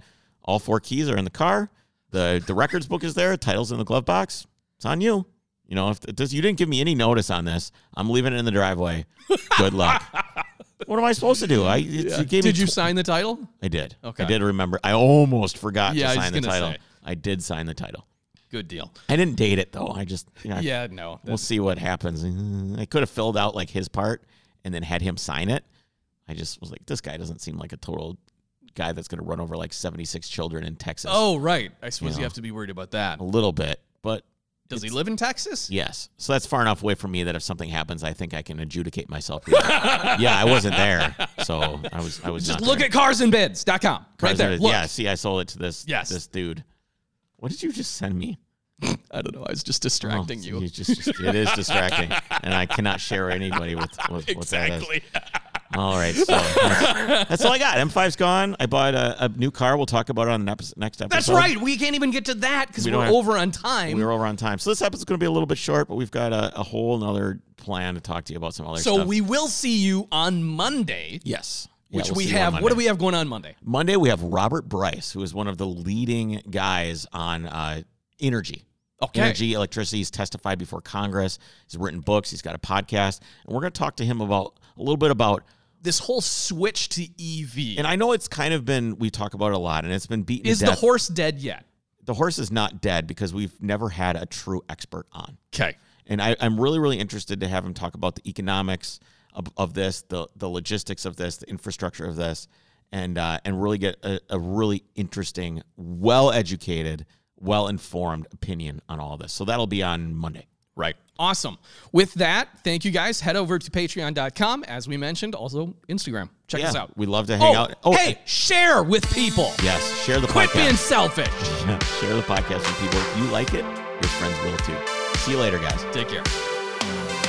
[SPEAKER 1] All four keys are in the car. The the records book is there. Titles in the glove box. It's on you. You know, if this, you didn't give me any notice on this, I'm leaving it in the driveway. Good luck. what am I supposed to do? I you gave me
[SPEAKER 2] Did you sign the title?
[SPEAKER 1] I did.
[SPEAKER 2] Okay.
[SPEAKER 1] I did remember. I almost forgot
[SPEAKER 2] Yeah, I
[SPEAKER 1] to
[SPEAKER 2] was
[SPEAKER 1] sign the
[SPEAKER 2] gonna
[SPEAKER 1] title.
[SPEAKER 2] say.
[SPEAKER 1] I did sign the title.
[SPEAKER 2] Good deal.
[SPEAKER 1] I didn't date it though. I just you know,
[SPEAKER 2] Yeah, no.
[SPEAKER 1] We'll see what happens. I could have filled out like his part and then had him sign it. I just was like, this guy doesn't seem like a total guy that's going to run over like 76 children in Texas.
[SPEAKER 2] Oh, right. I suppose you
[SPEAKER 1] know.
[SPEAKER 2] have to be worried about that.
[SPEAKER 1] A little bit, but
[SPEAKER 2] Does he live in Texas?
[SPEAKER 1] yes. So that's far enough away from me that if something happens, I think I can adjudicate myself. yeah, I wasn't there. So I was, I was
[SPEAKER 2] Just
[SPEAKER 1] not
[SPEAKER 2] look
[SPEAKER 1] there.
[SPEAKER 2] at carsandbids.com. Right there.
[SPEAKER 1] President-
[SPEAKER 2] Look.
[SPEAKER 1] Yeah, see, I sold it to this,
[SPEAKER 2] Yes.
[SPEAKER 1] this dude. What did you just send me?
[SPEAKER 2] I don't know. I was just
[SPEAKER 1] Oh,
[SPEAKER 2] distracting you.
[SPEAKER 1] it's just- it is distracting, and I cannot share anybody with, with what that is.
[SPEAKER 2] Exactly.
[SPEAKER 1] All right, so that's, that's all I got. M5's gone. I bought a, a new car. We'll talk about it on the next episode.
[SPEAKER 2] That's right. We can't even get to that because
[SPEAKER 1] We
[SPEAKER 2] we
[SPEAKER 1] don't
[SPEAKER 2] are
[SPEAKER 1] have-
[SPEAKER 2] over on time.
[SPEAKER 1] We were over on time, so this episode's going to be a little bit short, but we've got a, a whole other plan to talk to you about some other
[SPEAKER 2] so
[SPEAKER 1] stuff.
[SPEAKER 2] we will see you on Monday,
[SPEAKER 1] yes, Yeah,
[SPEAKER 2] which
[SPEAKER 1] we'll
[SPEAKER 2] we
[SPEAKER 1] see you on
[SPEAKER 2] have. What
[SPEAKER 1] Monday.
[SPEAKER 2] do we have going on Monday?
[SPEAKER 1] Monday we have Robert Bryce, who is one of the leading guys on uh, energy.
[SPEAKER 2] Okay.
[SPEAKER 1] Energy, electricity. He's testified before Congress. He's written books. He's got a podcast, and we're going to talk to him about a little bit about
[SPEAKER 2] This whole switch to E EV.
[SPEAKER 1] And I know it's kind of been we talk about it a lot, and it's been beaten.
[SPEAKER 2] Is
[SPEAKER 1] to
[SPEAKER 2] the
[SPEAKER 1] death.
[SPEAKER 2] horse dead yet?
[SPEAKER 1] the horse is not dead because we've never had a true expert on.
[SPEAKER 2] Okay.
[SPEAKER 1] And I, I'm really, really interested to have him talk about the economics of, of this, the the logistics of this, the infrastructure of this, and uh, and really get a, a really interesting, well educated, well informed opinion on all this. So that'll be on Monday.
[SPEAKER 2] Right. Awesome. With that, thank you guys. Head over to patreon.com. As we mentioned, also Instagram. Check us out.
[SPEAKER 1] we love to hang
[SPEAKER 2] oh,
[SPEAKER 1] out.
[SPEAKER 2] hey, share with people.
[SPEAKER 1] yes, share the
[SPEAKER 2] Quit being
[SPEAKER 1] podcast.
[SPEAKER 2] selfish.
[SPEAKER 1] share the podcast with people. If you like it, your friends will too. See you later, guys.
[SPEAKER 2] Take care.